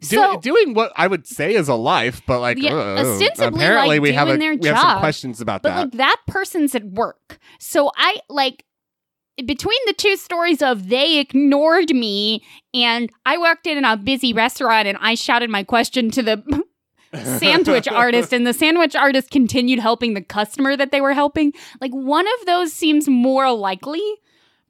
Speaker 1: Do,
Speaker 2: So
Speaker 1: doing what I would say is a life, but like
Speaker 2: Yeah,
Speaker 1: ugh,
Speaker 2: ostensibly,
Speaker 1: apparently
Speaker 2: like,
Speaker 1: we have a,
Speaker 2: doing their
Speaker 1: we have some
Speaker 2: job.
Speaker 1: questions about
Speaker 2: but
Speaker 1: that.
Speaker 2: like that person's at work. So I like between the two stories of they ignored me and I walked in a busy restaurant and I shouted my question to the sandwich artist and the sandwich artist continued helping the customer that they were helping like one of those seems more likely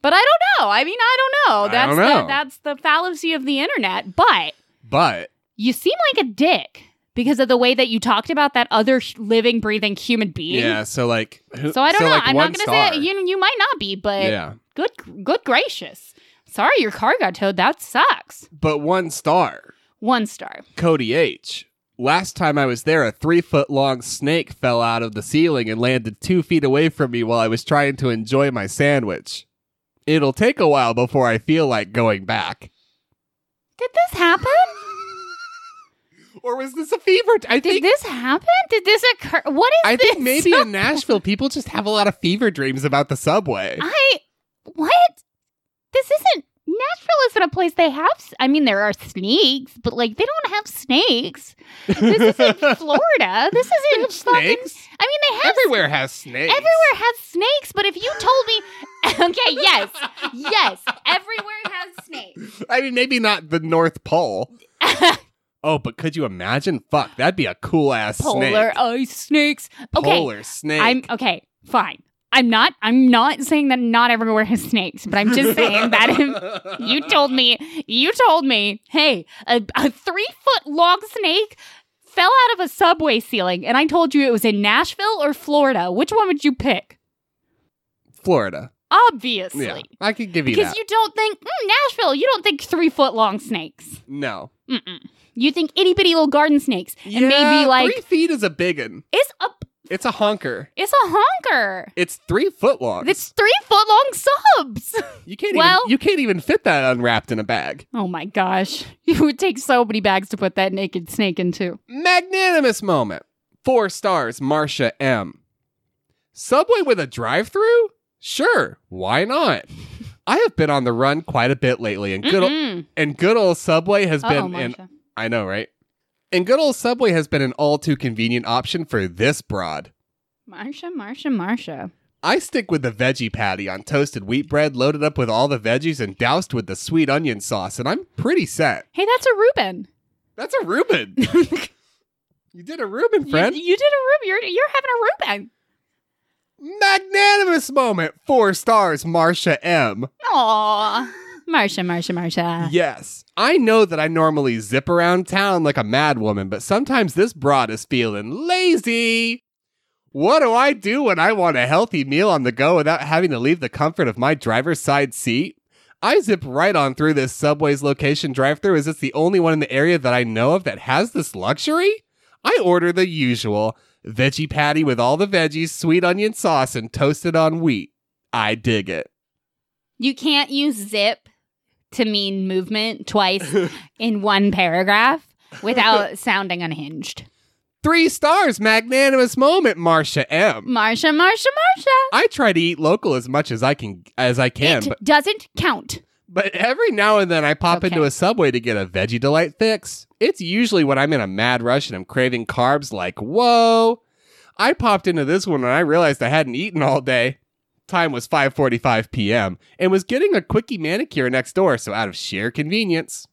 Speaker 2: but i don't know i mean i don't know
Speaker 1: I
Speaker 2: that's
Speaker 1: don't know.
Speaker 2: the that's the fallacy of the internet but
Speaker 1: but
Speaker 2: you seem like a dick because of the way that you talked about that other sh- living breathing human being
Speaker 1: yeah, so like who-
Speaker 2: so i don't know
Speaker 1: like,
Speaker 2: i'm
Speaker 1: one
Speaker 2: not gonna say
Speaker 1: star.
Speaker 2: you, you might not be but
Speaker 1: Yeah,
Speaker 2: good good gracious sorry your car got towed that sucks
Speaker 1: but one star.
Speaker 2: one star
Speaker 1: Cody H. Last time I was there, a three foot long snake fell out of the ceiling and landed two feet away from me while I was trying to enjoy my sandwich. It'll take a while before I feel like going back.
Speaker 2: did this happen
Speaker 1: Or was this a fever? I
Speaker 2: did
Speaker 1: think
Speaker 2: this happen did this occur what is
Speaker 1: I
Speaker 2: this
Speaker 1: think maybe in Nashville people just have a lot of fever dreams about the subway.
Speaker 2: I what? This isn't Nashville isn't a place they have. s- I mean, there are snakes, but like they don't have snakes. This isn't Florida. This isn't fucking.
Speaker 1: snakes?
Speaker 2: I mean, they have s-
Speaker 1: Everywhere has snakes.
Speaker 2: Everywhere has snakes, but if you told me, okay, yes, yes, everywhere has snakes.
Speaker 1: I mean, maybe not the North Pole. oh, but could you imagine? Fuck, that'd be a cool ass snake.
Speaker 2: Polar ice snakes. Okay,
Speaker 1: Polar snake.
Speaker 2: I'm okay. Fine. I'm not. I'm not saying that not everywhere has snakes, but I'm just saying that if you told me, you told me, hey, a, a three foot long snake fell out of a subway ceiling, and I told you it was in Nashville or Florida. Which one would you pick?
Speaker 1: Florida.
Speaker 2: Obviously.
Speaker 1: Yeah, I could give you
Speaker 2: Because
Speaker 1: that.
Speaker 2: you don't think mm, Nashville, you don't think three foot long snakes.
Speaker 1: no,
Speaker 2: Mm-mm. You think itty bitty little garden snakes, and
Speaker 1: yeah,
Speaker 2: maybe like
Speaker 1: three feet is a big one.
Speaker 2: it's a
Speaker 1: It's a honker.
Speaker 2: it's a honker.
Speaker 1: It's three foot long.
Speaker 2: It's three foot long subs.
Speaker 1: you can't.
Speaker 2: well-
Speaker 1: even, you can't even fit that unwrapped in a bag.
Speaker 2: Oh my gosh. It would take so many bags to put that naked snake into.
Speaker 1: Magnanimous moment. Four stars, Marcia M. Subway with a drive through? Sure, why not? I have been on the run quite a bit lately, and good, ol
Speaker 2: Mm-mm.
Speaker 1: and good old Subway has
Speaker 2: Uh-oh,
Speaker 1: been an
Speaker 2: Mm-hmm. Oh, Marsha.
Speaker 1: I know, right? And good old Subway has been an all too convenient option for this broad.
Speaker 2: Marsha, Marsha, Marsha.
Speaker 1: I stick with the veggie patty on toasted wheat bread, loaded up with all the veggies and doused with the sweet onion sauce, and I'm pretty set.
Speaker 2: Hey, that's a Reuben.
Speaker 1: That's a Reuben. you did a Reuben,
Speaker 2: You,
Speaker 1: friend.
Speaker 2: you did a Reuben. You're, you're having a Reuben.
Speaker 1: Magnanimous moment. Four stars, Marsha M.
Speaker 2: Aw. Marsha, Marsha, Marsha.
Speaker 1: Yes. I know that I normally zip around town like a mad woman, but sometimes this broad is feeling lazy. What do I do when I want a healthy meal on the go without having to leave the comfort of my driver's side seat? I zip right on through this Subway's location drive through as it's the only one in the area that I know of that has this luxury. I order the usual veggie patty with all the veggies, sweet onion sauce, and toasted on wheat. I dig it.
Speaker 2: You can't use zip to mean movement twice in one paragraph without sounding unhinged.
Speaker 1: Three stars, magnanimous moment, Marcia M.
Speaker 2: Marsha, Marsha, Marsha.
Speaker 1: I try to eat local as much as I can as I can,
Speaker 2: it
Speaker 1: but,
Speaker 2: doesn't count.
Speaker 1: but every now and then I pop
Speaker 2: Okay.
Speaker 1: into a subway to get a veggie delight fix. It's usually when I'm in a mad rush and I'm craving carbs like whoa. I popped into this one and I realized I hadn't eaten all day. Time was 5:45 p.m. and was getting a quickie manicure next door, so out of sheer convenience.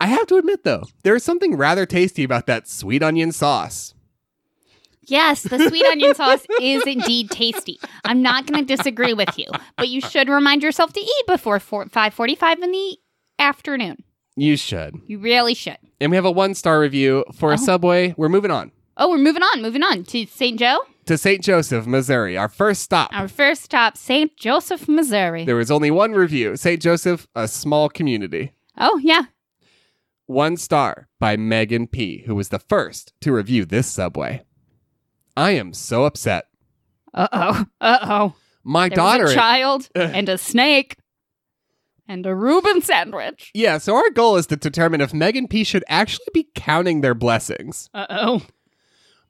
Speaker 1: I have to admit though, there is something rather tasty about that sweet onion sauce.
Speaker 2: Yes, the sweet onion sauce is indeed tasty. I'm not going to disagree with you, but you should remind yourself to eat before 4- 5:45 in the afternoon.
Speaker 1: You should.
Speaker 2: You really should.
Speaker 1: And we have a one-star review for
Speaker 2: Oh.
Speaker 1: a subway. We're moving on.
Speaker 2: Oh, we're moving on. Moving on to St. Joe.
Speaker 1: to St. Joseph, Missouri, our first stop.
Speaker 2: Our first stop, St. Joseph, Missouri.
Speaker 1: There was only one review St. Joseph, a small community.
Speaker 2: Oh, yeah.
Speaker 1: One star by Megan P., who was the first to review this subway. I am so upset.
Speaker 2: Uh-oh. Uh-oh.
Speaker 1: My
Speaker 2: There
Speaker 1: daughter.
Speaker 2: was a child and a snake and a Reuben sandwich.
Speaker 1: yeah, so our goal is to determine if Megan P. should actually be counting their blessings.
Speaker 2: Uh-oh.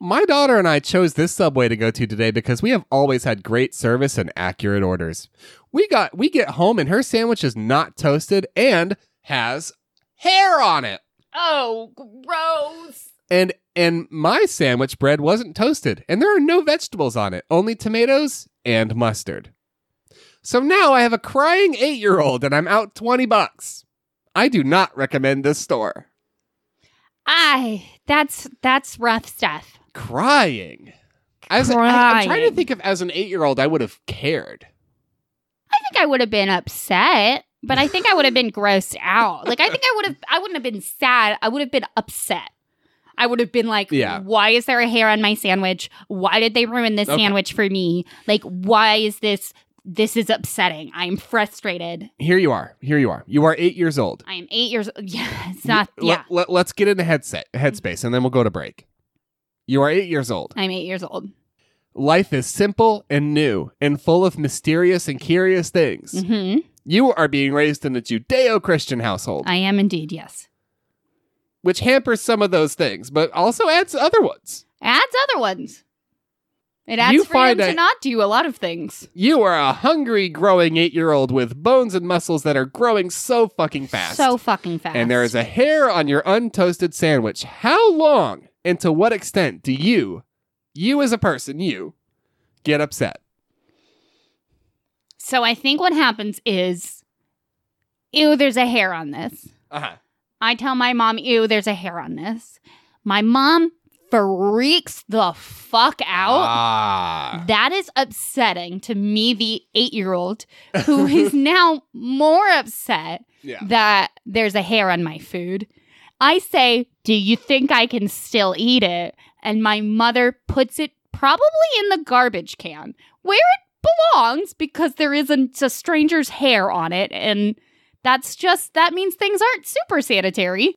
Speaker 1: My daughter and I chose this subway to go to today because we have always had great service and accurate orders. We got we get home and her sandwich is not toasted and has hair on it.
Speaker 2: Oh, gross.
Speaker 1: And and my sandwich bread wasn't toasted and there are no vegetables on it, only tomatoes and mustard. So now I have a crying 8-year-old and I'm out 20 bucks. I do not recommend this store.
Speaker 2: I that's that's rough stuff.
Speaker 1: Crying. As I, I'm trying
Speaker 2: Crying.
Speaker 1: to think of as an 8-year-old I would have cared.
Speaker 2: I think I would have been upset, but I think I would have been grossed out. Like I think I would have I wouldn't have been sad. I would have been upset. I would have been like,
Speaker 1: Yeah.
Speaker 2: why is there a hair on my sandwich? Why did they ruin this
Speaker 1: Okay.
Speaker 2: sandwich for me? Like why is this this is upsetting. I am frustrated.
Speaker 1: here you are. Here you are. You are eight years old.
Speaker 2: I am 8 years yeah, it's not
Speaker 1: You-
Speaker 2: yeah.
Speaker 1: Let, us get into headset headspace, and then we'll go to break. You are eight years old.
Speaker 2: I'm 8 years old.
Speaker 1: Life is simple and new, and full of mysterious and curious things.
Speaker 2: Mhm.
Speaker 1: You are being raised in a Judeo-Christian household,
Speaker 2: I am indeed, yes.
Speaker 1: which hampers some of those things, but also adds other ones.
Speaker 2: Adds other ones. It adds
Speaker 1: You
Speaker 2: freedom
Speaker 1: find
Speaker 2: to
Speaker 1: that-
Speaker 2: not do a lot of things.
Speaker 1: You are a hungry, growing eight year old with bones and muscles that are growing so fucking fast.
Speaker 2: So fucking fast.
Speaker 1: And there is a hair on your untoasted sandwich. How long and to what extent do you, you as a person, you, get upset?
Speaker 2: So I think what happens is, ew, there's a hair on this.
Speaker 1: Uh-huh.
Speaker 2: I tell my mom, ew, there's a hair on this. My mom freaks the fuck out.
Speaker 1: Ah.
Speaker 2: That is upsetting to me, the eight year old, who is now more upset
Speaker 1: Yeah.
Speaker 2: that there's a hair on my food. I say, Do you think I can still eat it? And my mother puts it probably in the garbage can where it belongs because there isn't a stranger's hair on it. And that's just, that means things aren't super sanitary.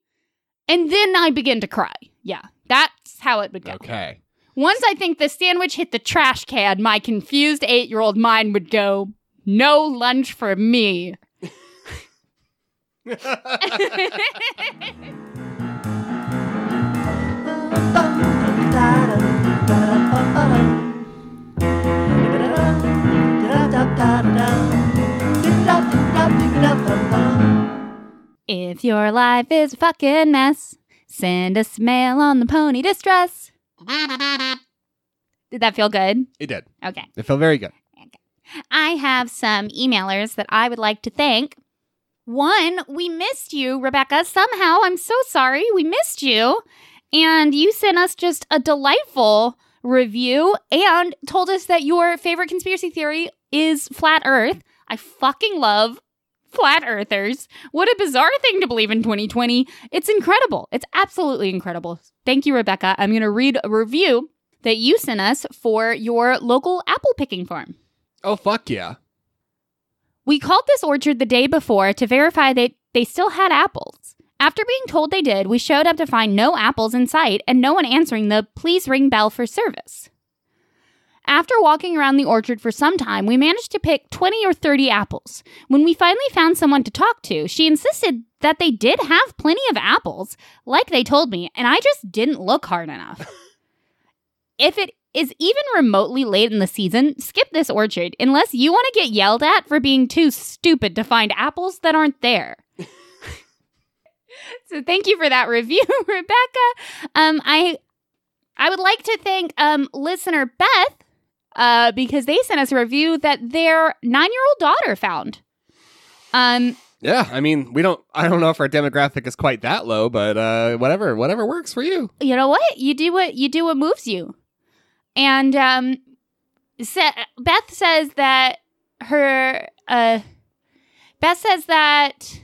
Speaker 2: And then I begin to cry. Yeah, that's how it would go.
Speaker 1: Okay.
Speaker 2: Once I think the sandwich hit the trash can, my confused eight year old mind would go, No lunch for me. If your life is a fucking mess, send us mail on the pony distress. Did that feel good?
Speaker 1: it did.
Speaker 2: Okay.
Speaker 1: It felt very good.
Speaker 2: I have some emailers that I would like to thank. One, we missed you, Rebecca. Somehow, I'm so sorry. We missed you. And you sent us just a delightful review and told us that your favorite conspiracy theory is flat earth. I fucking love flat earthers. What a bizarre thing to believe in 2020. It's incredible. It's absolutely incredible. Thank you, Rebecca. I'm going to read a review that you sent us for your local apple picking farm.
Speaker 1: Oh, fuck yeah.
Speaker 2: We called this orchard the day before to verify that they still had apples. After being told they did, we showed up to find no apples in sight and no one answering the please ring bell for service. After walking around the orchard for some time, we managed to pick 20 or 30 apples. When we finally found someone to talk to, she insisted that they did have plenty of apples, like they told me, and I just didn't look hard enough. if it is even remotely late in the season, skip this orchard unless you want to get yelled at for being too stupid to find apples that aren't there. so thank you for that review, Rebecca. Um, I I would like to thank um listener Beth uh because they sent us a review that their nine year old daughter found. Um,
Speaker 1: Yeah, I mean, we don't. I don't know if our demographic is quite that low, but uh, whatever, whatever works for you.
Speaker 2: you know what? You do what you do what moves you. And um sa- Beth says that her uh Beth says that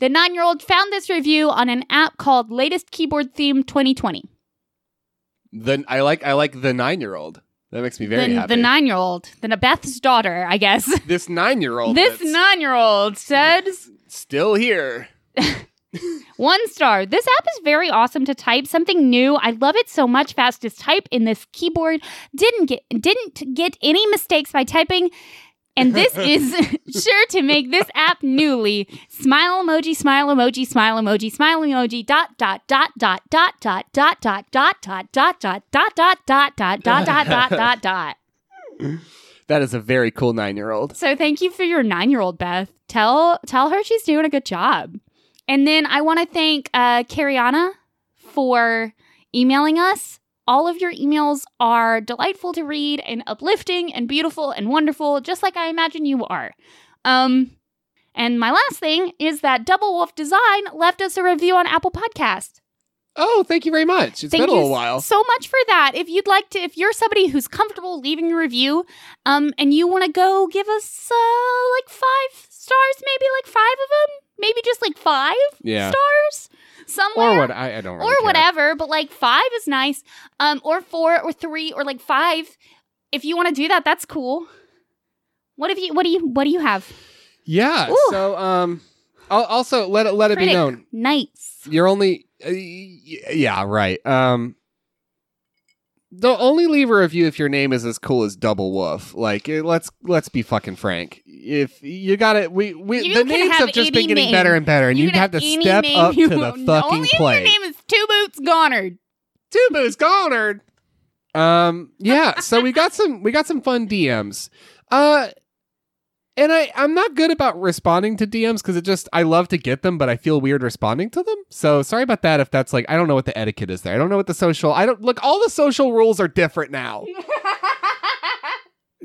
Speaker 2: the 9-year-old found this review on an app called Latest Keyboard Theme 2020.
Speaker 1: Then I like, I like the nine-year-old. That makes me very
Speaker 2: the,
Speaker 1: happy.
Speaker 2: the 9-year-old, the Beth's daughter, I guess.
Speaker 1: this nine-year-old.
Speaker 2: this
Speaker 1: that's
Speaker 2: 9-year-old says
Speaker 1: still here.
Speaker 2: One star. This app is very awesome to type something new. I love it so much. Fastest type in this keyboard. Didn't get didn't get any mistakes by typing. And this is sure to make this app newly. Smile emoji, smile emoji, smile emoji, smile emoji, dot dot dot dot dot dot dot dot dot dot dot dot dot dot dot dot dot dot dot dot dot.
Speaker 1: That is a very cool nine-year-old.
Speaker 2: So thank you for your nine year old Beth. Tell tell her she's doing a good job. And then I want to thank uh, Cariana for emailing us. All of your emails are delightful to read and uplifting and beautiful and wonderful, just like I imagine you are. Um, and my last thing is that Double Wolf Design left us a review on Apple Podcast.
Speaker 1: Oh, thank you very much. It's been a little
Speaker 2: you
Speaker 1: while.
Speaker 2: so much for that. If you'd like to, if you're somebody who's comfortable leaving a review, um, and you want to go give us uh, like five stars, maybe like five of them, maybe just like five
Speaker 1: Yeah.
Speaker 2: stars somewhere,
Speaker 1: Or what? I, I don't. Really
Speaker 2: or
Speaker 1: care.
Speaker 2: whatever. But like five is nice, um, or four or three or like five. If you want to do that, that's cool. What have you? What do you? What do you have?
Speaker 1: Yeah.
Speaker 2: Ooh.
Speaker 1: So, um, al- also let it let it
Speaker 2: Critic.
Speaker 1: be known
Speaker 2: Nice.
Speaker 1: you're only. Uh, y- yeah. Right. Um. Don't only leave a review if your name is as cool as Double Wolf. Like, eh, let's let's be fucking frank. If you got it, we, we
Speaker 2: You
Speaker 1: the
Speaker 2: can
Speaker 1: names
Speaker 2: have
Speaker 1: have just been
Speaker 2: any
Speaker 1: getting
Speaker 2: name.
Speaker 1: better and better, and
Speaker 2: You
Speaker 1: you
Speaker 2: can
Speaker 1: have to
Speaker 2: have any
Speaker 1: step
Speaker 2: name
Speaker 1: up
Speaker 2: you
Speaker 1: to the
Speaker 2: want.
Speaker 1: fucking
Speaker 2: Only if
Speaker 1: play.
Speaker 2: Your name is Two Boots Gonard.
Speaker 1: Two Boots Gonard. Um, yeah, so we got some we got some fun DMs. Uh and I I'm not good about responding to DMs cuz it just I love to get them but I feel weird responding to them. So sorry about that if that's like I don't know what the etiquette is there. I don't know what the social I don't look all the social rules are different now.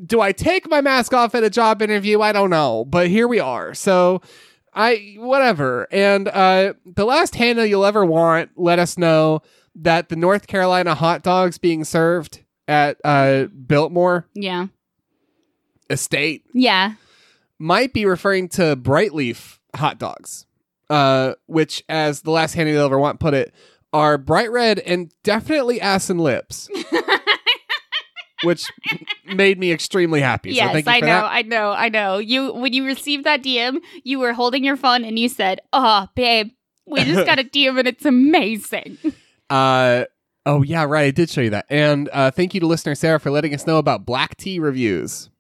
Speaker 1: Do I take my mask off at a job interview? I don't know, but here we are. So I whatever. And uh the last Hannah you'll ever want, let us know that the North Carolina hot dogs being served at uh, Biltmore
Speaker 2: yeah.
Speaker 1: Estate
Speaker 2: Yeah.
Speaker 1: might be referring to Brightleaf hot dogs, uh, which, as the last Handy Over Want put it, are bright red and definitely ass and lips, which made me extremely happy. so
Speaker 2: yes,
Speaker 1: thank you
Speaker 2: I
Speaker 1: for
Speaker 2: know,
Speaker 1: that.
Speaker 2: I know, I know. You when you received that DM, you were holding your phone and you said, "Oh, babe, we just got a DM and it's amazing."
Speaker 1: Uh, oh, yeah, right. I did show you that. And uh, thank you to listener Sarah for letting us know about black tea reviews,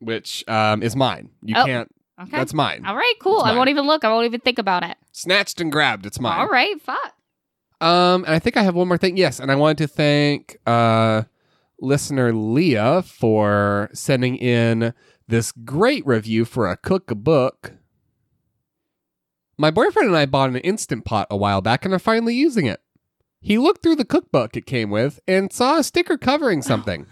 Speaker 1: which um, is mine. You
Speaker 2: Oh,
Speaker 1: can't,
Speaker 2: Okay.
Speaker 1: that's mine.
Speaker 2: All right, cool.
Speaker 1: It's
Speaker 2: I
Speaker 1: mine.
Speaker 2: won't even look. I won't even think about it.
Speaker 1: Snatched and grabbed. It's mine.
Speaker 2: All right, fuck.
Speaker 1: Um, and I think I have one more thing. Yes, and I wanted to thank uh, listener Leah for sending in this great review for a cookbook. My boyfriend and I bought an instant pot a while back, and are finally using it. He looked through the cookbook it came with and saw a sticker covering something.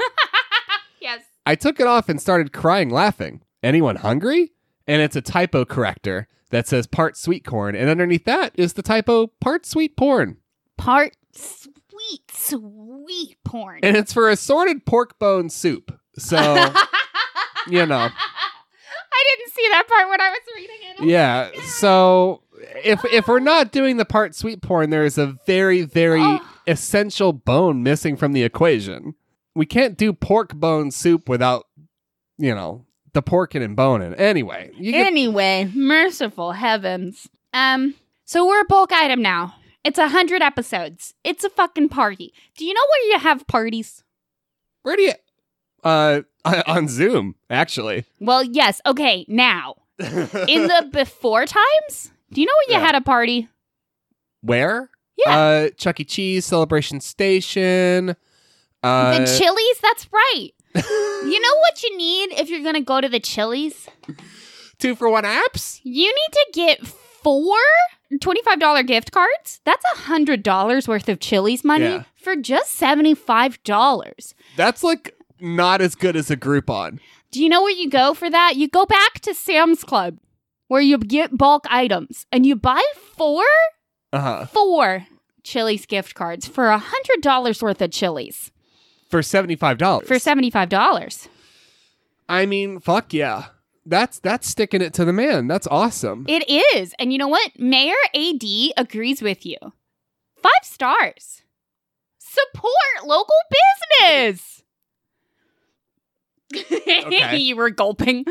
Speaker 2: Yes.
Speaker 1: I took it off and started crying laughing. Anyone hungry? And it's a typo corrector that says part sweet corn, and underneath that is the typo part sweet porn.
Speaker 2: Part sweet, sweet porn.
Speaker 1: and it's for assorted pork bone soup. So you know,
Speaker 2: I didn't see that part when I was reading it.
Speaker 1: yeah. So if if we're not doing the part sweet porn, there is a very very
Speaker 2: Oh.
Speaker 1: essential bone missing from the equation. We can't do pork bone soup without you know the pork and bone in. it. Anyway, you get,
Speaker 2: Anyway, merciful heavens. Um, so we're a bulk item now. It's a hundred episodes. It's a fucking party. Do you know where you have parties?
Speaker 1: where do you? Uh, on Zoom actually.
Speaker 2: Well, yes. Okay, now in the before times, do you know where you
Speaker 1: Yeah.
Speaker 2: had a party?
Speaker 1: where?
Speaker 2: Yeah.
Speaker 1: Uh, Chuck E. Cheese, Celebration Station. Uh,
Speaker 2: the Chili's. That's right. you know what you need if you're gonna go to the Chili's?
Speaker 1: two for one apps.
Speaker 2: You need to get four $25 gift cards. That's $100 worth of Chili's money
Speaker 1: Yeah.
Speaker 2: for just $75.
Speaker 1: That's like not as good as a Groupon.
Speaker 2: Do you know where you go for that? You go back to Sam's Club where you get bulk items and you buy four,
Speaker 1: Uh huh.
Speaker 2: four Chili's gift cards for $100 worth of Chili's
Speaker 1: For seventy five dollars.
Speaker 2: for $75.
Speaker 1: I mean, fuck yeah. That's that's sticking it to the man. That's awesome.
Speaker 2: It is. And you know what? Mayor AD agrees with you. Five stars. Support local business.
Speaker 1: Okay.
Speaker 2: you were gulping.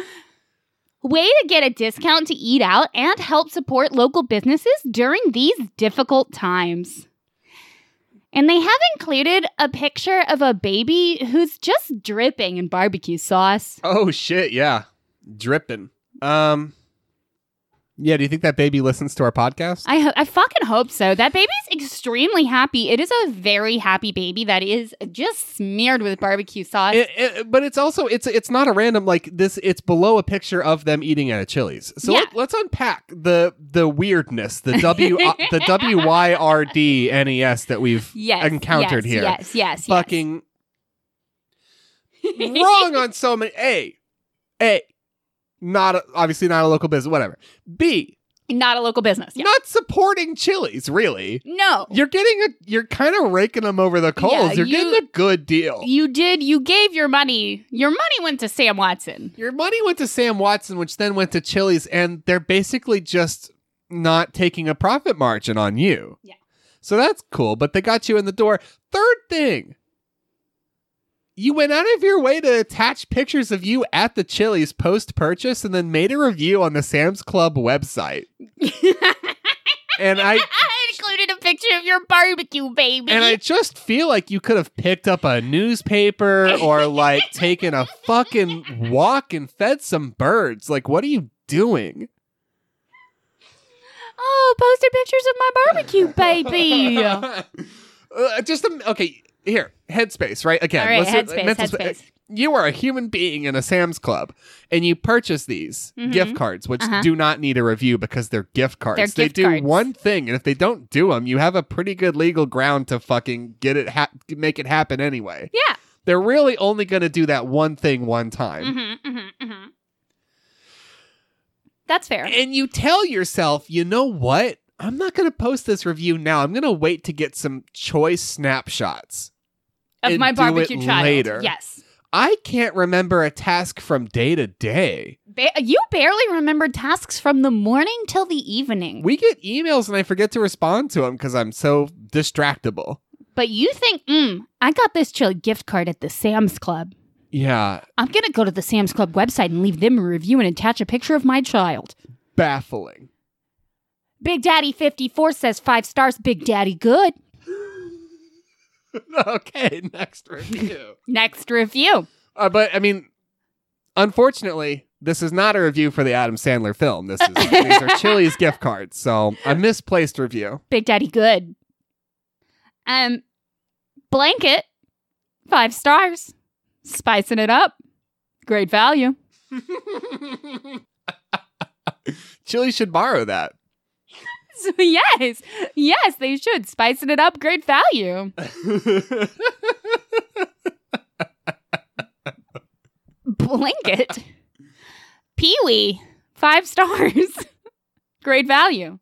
Speaker 2: Way to get a discount to eat out and help support local businesses during these difficult times. And they have included a picture of a baby who's just dripping in barbecue sauce.
Speaker 1: oh shit, yeah. Dripping. Um Yeah, do you think that baby listens to our podcast?
Speaker 2: I ho- I fucking hope so. That baby's extremely happy. It is a very happy baby that is just smeared with barbecue sauce.
Speaker 1: It- it- but it's also it's it's not a random like this it's below a picture of them eating at a Chili's. So
Speaker 2: Yeah.
Speaker 1: let, let's unpack the the weirdness, the W uh, the W Y R D N E S that we've
Speaker 2: yes,
Speaker 1: encountered
Speaker 2: yes,
Speaker 1: here.
Speaker 2: Yes, yes, yes.
Speaker 1: fucking wrong on so many. A, A, not a, obviously not a local business. Whatever. B,
Speaker 2: not a local business. Yeah.
Speaker 1: not supporting Chili's. Really,
Speaker 2: No.
Speaker 1: you're getting a you're kind of raking them over the coals.
Speaker 2: Yeah,
Speaker 1: you're
Speaker 2: you-
Speaker 1: getting a good deal.
Speaker 2: You did. You gave your money. Your money went to Sam Watson.
Speaker 1: Your money went to Sam Watson, which then went to Chili's, and they're basically just not taking a profit margin on you.
Speaker 2: Yeah.
Speaker 1: So that's cool, but they got you in the door. Third thing, you went out of your way to attach pictures of you at the Chili's post purchase and then made a review on the Sam's Club website. And I.
Speaker 2: I included a picture of your barbecue baby.
Speaker 1: And I just feel like you could have picked up a newspaper or like taken a fucking walk and fed some birds. Like, what are you doing?
Speaker 2: oh, posted pictures of my barbecue baby.
Speaker 1: Uh, just um, okay. here, headspace, right? Again,
Speaker 2: All right,
Speaker 1: let's do-
Speaker 2: headspace,
Speaker 1: mental spa-
Speaker 2: headspace.
Speaker 1: you are a human being in a Sam's Club and you purchase these
Speaker 2: Mhm.
Speaker 1: gift cards, which
Speaker 2: Uh-huh.
Speaker 1: do not need a review because they're gift cards.
Speaker 2: They're
Speaker 1: they
Speaker 2: gift
Speaker 1: do
Speaker 2: cards.
Speaker 1: one thing, and if they don't do them, you have a pretty good legal ground to fucking get it, ha- make it happen anyway.
Speaker 2: Yeah.
Speaker 1: They're really only going to do that one thing one time.
Speaker 2: Mm-hmm, mm-hmm, mm-hmm. That's fair.
Speaker 1: And you tell yourself, you know what? I'm not going to post this review now. I'm going to wait to get some choice snapshots.
Speaker 2: of
Speaker 1: and do
Speaker 2: my
Speaker 1: it
Speaker 2: barbecue child.
Speaker 1: later.
Speaker 2: Yes.
Speaker 1: I can't remember a task from day to day.
Speaker 2: Ba- you barely remember tasks from the morning till the evening.
Speaker 1: We get emails and I forget to respond to them because I'm so distractible.
Speaker 2: but you think, mm, I got this chill gift card at the Sam's Club.
Speaker 1: Yeah,
Speaker 2: I'm going to go to the Sam's Club website and leave them a review and attach a picture of my child.
Speaker 1: baffling.
Speaker 2: Big Daddy 54 says five stars. Big Daddy good.
Speaker 1: okay, next review.
Speaker 2: Next review.
Speaker 1: uh, but I mean, unfortunately, this is not a review for the Adam Sandler film. This is these are Chili's gift cards, so a misplaced review.
Speaker 2: Big Daddy good. Um, Blanket, five stars. Spicing it up. Great value.
Speaker 1: Chili should borrow that.
Speaker 2: So, yes, yes, they should. Spicing it up, great value. Blanket. Pee Wee, five stars. great value.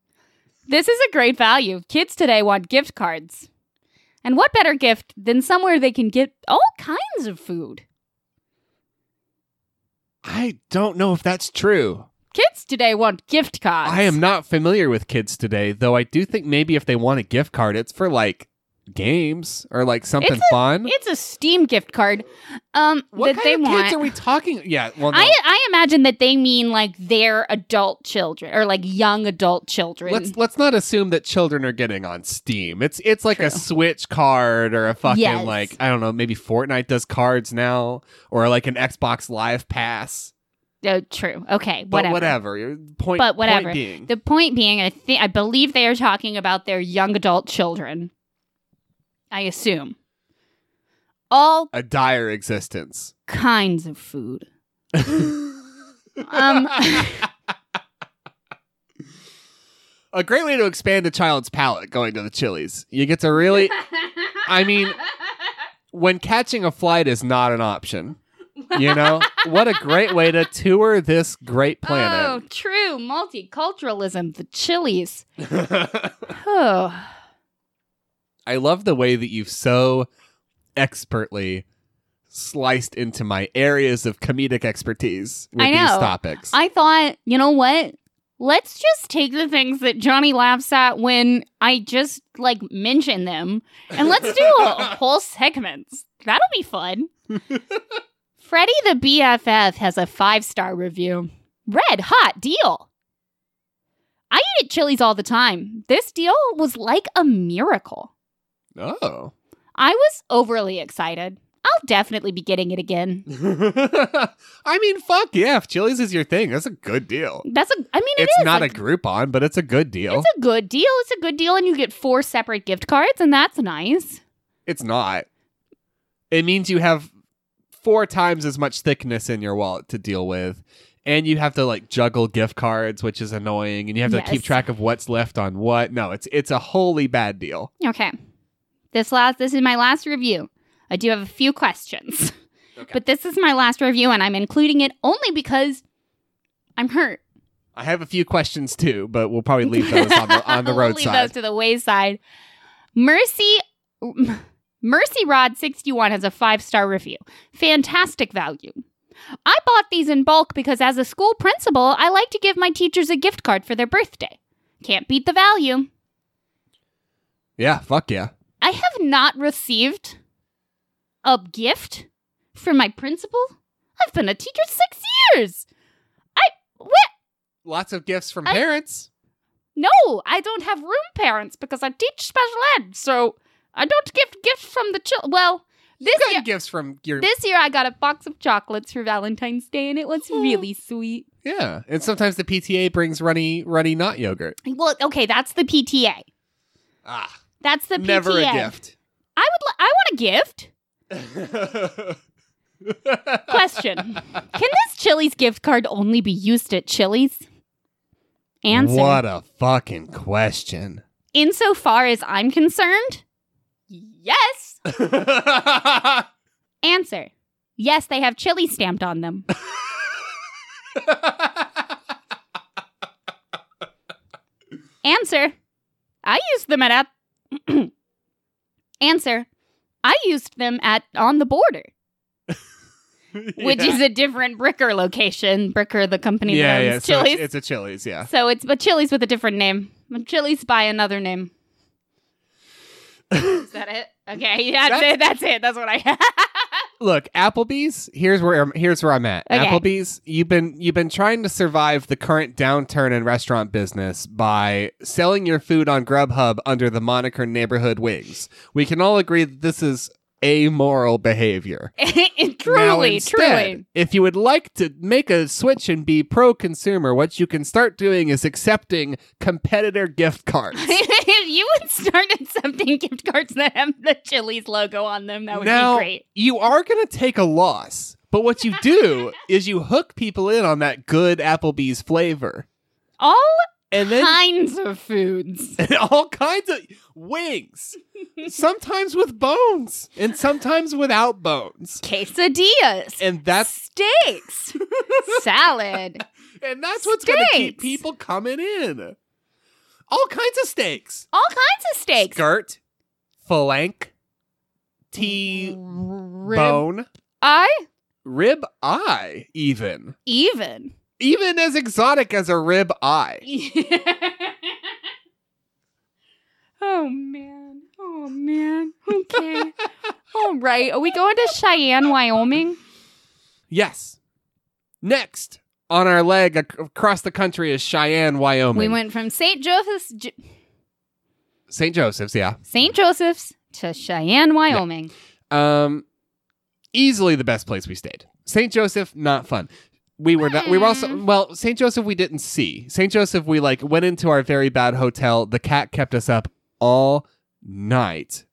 Speaker 2: This is a great value. Kids today want gift cards. And what better gift than somewhere they can get all kinds of food?
Speaker 1: I don't know if that's true.
Speaker 2: Kids today want gift cards.
Speaker 1: I am not familiar with kids today, though I do think maybe if they want a gift card, it's for like games or like something
Speaker 2: It's a-
Speaker 1: fun.
Speaker 2: It's a Steam gift card. Um,
Speaker 1: what
Speaker 2: that
Speaker 1: kind
Speaker 2: they
Speaker 1: of
Speaker 2: want.
Speaker 1: kids are we talking? Yeah, well, no.
Speaker 2: I, I imagine that they mean like their adult children or like young adult children.
Speaker 1: let's let's not assume that children are getting on Steam. It's it's like
Speaker 2: True.
Speaker 1: a Switch card or a fucking
Speaker 2: Yes.
Speaker 1: like I don't know, maybe Fortnite does cards now or like an Xbox Live Pass.
Speaker 2: oh, true. Okay,
Speaker 1: But
Speaker 2: whatever.
Speaker 1: whatever. Your Point.
Speaker 2: But whatever.
Speaker 1: Point being,
Speaker 2: The point being, I think I believe they are talking about their young adult children. I assume all
Speaker 1: a dire existence.
Speaker 2: kinds of food. Um,
Speaker 1: a great way to expand a child's palate going to the Chili's. You get to really, I mean- when catching a flight is not an option, you know? what a great way to tour this great
Speaker 2: oh,
Speaker 1: planet.
Speaker 2: true multiculturalism. The chilies. Oh,
Speaker 1: I love the way that you've so expertly sliced into my areas of comedic expertise with
Speaker 2: I
Speaker 1: these
Speaker 2: know.
Speaker 1: topics.
Speaker 2: I thought, you know what? Let's just take the things that Johnny laughs at when I just like mention them and let's do a whole segments. That'll be fun. Freddie the BFF has a five star review. Red hot deal. I eat at Chili's all the time. This deal was like a miracle.
Speaker 1: oh.
Speaker 2: I was overly excited. I'll definitely be getting it again.
Speaker 1: I mean, fuck yeah. If Chili's is your thing, that's a good deal.
Speaker 2: That's a. I mean, it
Speaker 1: it's
Speaker 2: is,
Speaker 1: not
Speaker 2: like,
Speaker 1: a Groupon, but it's a good deal. It's,
Speaker 2: It's a good deal. It's a good deal, and you get four separate gift cards, and that's nice.
Speaker 1: not. It means you have four times as much thickness in your wallet to deal with. And you have to like juggle gift cards, which is annoying, and you have to
Speaker 2: Yes.
Speaker 1: keep track of what's left on what. No, it's it's a wholly bad deal.
Speaker 2: Okay. This last this is my last review. I do have a few questions.
Speaker 1: Okay.
Speaker 2: But this is my last review and I'm including it only because I'm hurt.
Speaker 1: I have a few questions too, but we'll probably leave those on the on the
Speaker 2: We'll Leave
Speaker 1: roadside.
Speaker 2: those to the wayside. Mercy Mercy Rod 61 has a five-star review. Fantastic value. I bought these in bulk because as a school principal, I like to give my teachers a gift card for their birthday. Can't beat the value.
Speaker 1: yeah, fuck yeah.
Speaker 2: I have not received a gift from my principal. I've been a teacher six years. I what?
Speaker 1: Lots of gifts from
Speaker 2: I-
Speaker 1: parents.
Speaker 2: No, I don't have room parents because I teach special ed, so I don't get gifts from the chil. Well, this
Speaker 1: Good
Speaker 2: year,
Speaker 1: gifts from your
Speaker 2: this year I got a box of chocolates for Valentine's Day, and it was
Speaker 1: Oh.
Speaker 2: really sweet.
Speaker 1: Yeah, and sometimes the PTA brings runny, runny not yogurt.
Speaker 2: Well, okay, that's the PTA.
Speaker 1: Ah,
Speaker 2: That's the PTA.
Speaker 1: never a gift.
Speaker 2: I would. Li- I not a gift. Question Can this Chili's gift card only be used at Chili's? Answer
Speaker 1: What a fucking question.
Speaker 2: Insofar as I'm concerned, yes. Answer Yes, they have Chili stamped on them. Answer I used them at. at Answer I used them at on the border. which is a different Bricker location. Bricker, the company
Speaker 1: yeah,
Speaker 2: that
Speaker 1: yeah.
Speaker 2: owns
Speaker 1: so it's-
Speaker 2: Chili's.
Speaker 1: it's a Chili's, yeah.
Speaker 2: so it's but Chili's with a different name. But Chili's by another name. Is that it? Okay, yeah, that's, it. That's it. That's what I had.
Speaker 1: Look, Applebee's. Here's where I'm, here's where I'm at.
Speaker 2: Okay.
Speaker 1: Applebee's. You've been you've been trying to survive the current downturn in restaurant business by selling your food on Grubhub under the moniker neighborhood wings. We can all agree that this is amoral behavior. Now,
Speaker 2: truly,
Speaker 1: instead,
Speaker 2: truly.
Speaker 1: If you would like to make a switch and be pro consumer, what you can start doing is accepting competitor gift cards.
Speaker 2: if you would start accepting gift cards that have the Chili's logo on them, that would
Speaker 1: Now-
Speaker 2: be great.
Speaker 1: you are going to take a loss, but what you do is you hook people in on that good Applebee's flavor.
Speaker 2: All
Speaker 1: And then
Speaker 2: kinds of foods.
Speaker 1: and all kinds of wings, sometimes with bones and sometimes without bones.
Speaker 2: Quesadillas.
Speaker 1: And that's
Speaker 2: steaks. salad.
Speaker 1: and that's what's going to keep
Speaker 2: Steaks.
Speaker 1: people coming in. All kinds of steaks.
Speaker 2: All kinds of steaks.
Speaker 1: Skirt, flank, T
Speaker 2: Rib
Speaker 1: bone,
Speaker 2: eye?
Speaker 1: rib eye even.
Speaker 2: Even.
Speaker 1: Even as exotic as a rib eye.
Speaker 2: oh, man. Oh, man. Okay. All right. Are we going to Cheyenne, Wyoming?
Speaker 1: Yes. Next on our leg ac- across the country is Cheyenne, Wyoming.
Speaker 2: We went from St. Joseph's, J-
Speaker 1: St. Joseph's, yeah.
Speaker 2: St. Joseph's to Cheyenne, Wyoming.
Speaker 1: Um, easily the best place we stayed. St. Joseph, not fun. We were not. We were also well. St. Joseph, we didn't see. St. Joseph, we like went into our very bad hotel. The cat kept us up all night,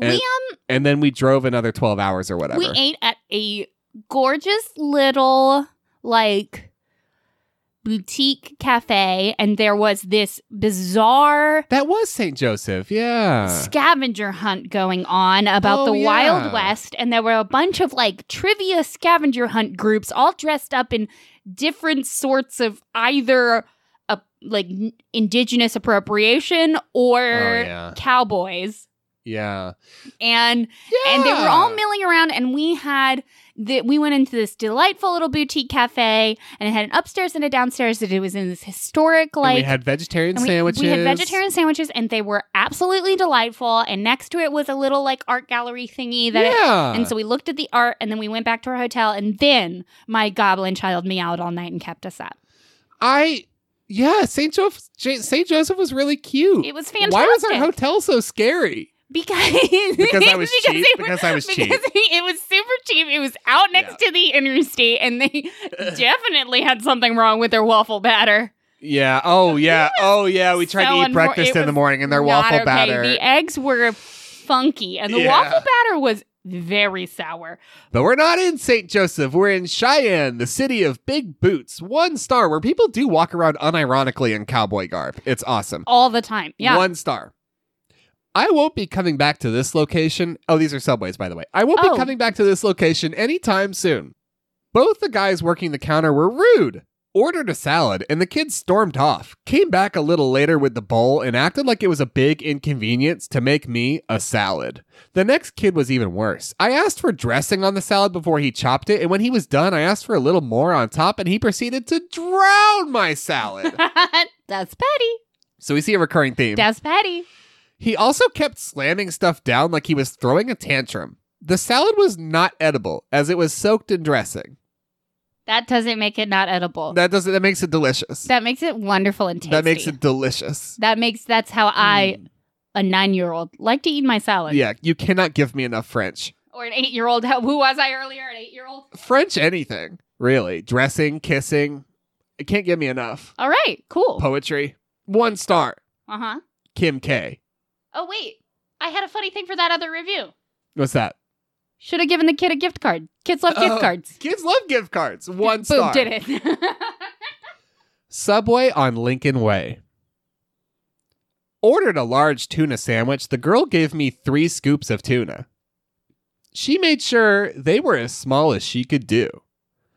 Speaker 1: And-
Speaker 2: we um
Speaker 1: and then we drove another twelve hours or whatever.
Speaker 2: we ate at a gorgeous little like boutique cafe and there was this bizarre
Speaker 1: that was St. Joseph, yeah.
Speaker 2: scavenger hunt going on about
Speaker 1: Uh. Oh,
Speaker 2: the
Speaker 1: yeah.
Speaker 2: Wild West, and there were a bunch of like trivia scavenger hunt groups all dressed up in different sorts of either uh, like n- indigenous appropriation or
Speaker 1: oh yeah,
Speaker 2: cowboys,
Speaker 1: yeah,
Speaker 2: and
Speaker 1: yeah.
Speaker 2: and they were all milling around, and we had. That we went into this delightful little boutique cafe, and it had an upstairs and a downstairs. And it was in this historic,
Speaker 1: And
Speaker 2: like
Speaker 1: we had vegetarian
Speaker 2: and we-
Speaker 1: sandwiches.
Speaker 2: We had vegetarian sandwiches, and they were absolutely delightful. And next to it was a little like art gallery thingy that. it-
Speaker 1: yeah.
Speaker 2: and so we looked at the art, and then we went back to our hotel, and then my goblin child meowed all night and kept us up.
Speaker 1: I yeah, St. Joseph St. Joseph was really cute.
Speaker 2: It was fantastic.
Speaker 1: Why was our hotel so scary?
Speaker 2: Because
Speaker 1: Because I was cheap.
Speaker 2: it was-
Speaker 1: Because I was cheap.
Speaker 2: because it was super cheap. It was out next to the interstate, and they definitely had something wrong with their waffle batter.
Speaker 1: Yeah. Oh yeah. Oh yeah. We tried
Speaker 2: so
Speaker 1: to eat
Speaker 2: unfor-
Speaker 1: breakfast
Speaker 2: it
Speaker 1: in the
Speaker 2: was
Speaker 1: morning and their
Speaker 2: Not
Speaker 1: waffle
Speaker 2: okay.
Speaker 1: batter.
Speaker 2: The eggs were funky, and the
Speaker 1: Yeah.
Speaker 2: waffle batter was very sour.
Speaker 1: But we're not in St. Joseph. We're in Cheyenne, the city of big boots, one star, where people do walk around unironically in cowboy garb. It's awesome.
Speaker 2: all the time. Yeah.
Speaker 1: One star. I won't be coming back to this location. Oh, these are subways, by the way. I won't
Speaker 2: Oh.
Speaker 1: be coming back to this location anytime soon. Both the guys working the counter were rude, ordered a salad, and the kid stormed off, came back a little later with the bowl, and acted like it was a big inconvenience to make me a salad. The next kid was even worse. I asked for dressing on the salad before he chopped it, and when he was done, I asked for a little more on top, and he proceeded to drown my salad.
Speaker 2: That's petty.
Speaker 1: so we see a recurring theme.
Speaker 2: That's petty.
Speaker 1: He also kept slamming stuff down like he was throwing a tantrum. The salad was not edible as it was soaked in dressing.
Speaker 2: That doesn't make it not edible. That,
Speaker 1: That doesn't that makes it delicious.
Speaker 2: makes it wonderful and tasty.
Speaker 1: That makes it delicious.
Speaker 2: That makes that's how I, a nine-year-old, like to eat my salad.
Speaker 1: Yeah, you cannot give me enough French.
Speaker 2: Or an eight-year-old. Who was I earlier? An eight-year-old.
Speaker 1: French anything, really. Dressing, kissing. It can't give me enough.
Speaker 2: All right. Cool.
Speaker 1: Poetry. One star.
Speaker 2: uh huh.
Speaker 1: Kim K.
Speaker 2: Oh wait, I had a funny thing for that other review.
Speaker 1: What's that?
Speaker 2: Should have given the kid a gift card. Kids love
Speaker 1: Oh,
Speaker 2: gift cards.
Speaker 1: Kids love gift cards. One
Speaker 2: Boom,
Speaker 1: star.
Speaker 2: did it.
Speaker 1: Subway on Lincoln Way. Ordered a large tuna sandwich. The girl gave me three scoops of tuna. She made sure they were as small as she could do,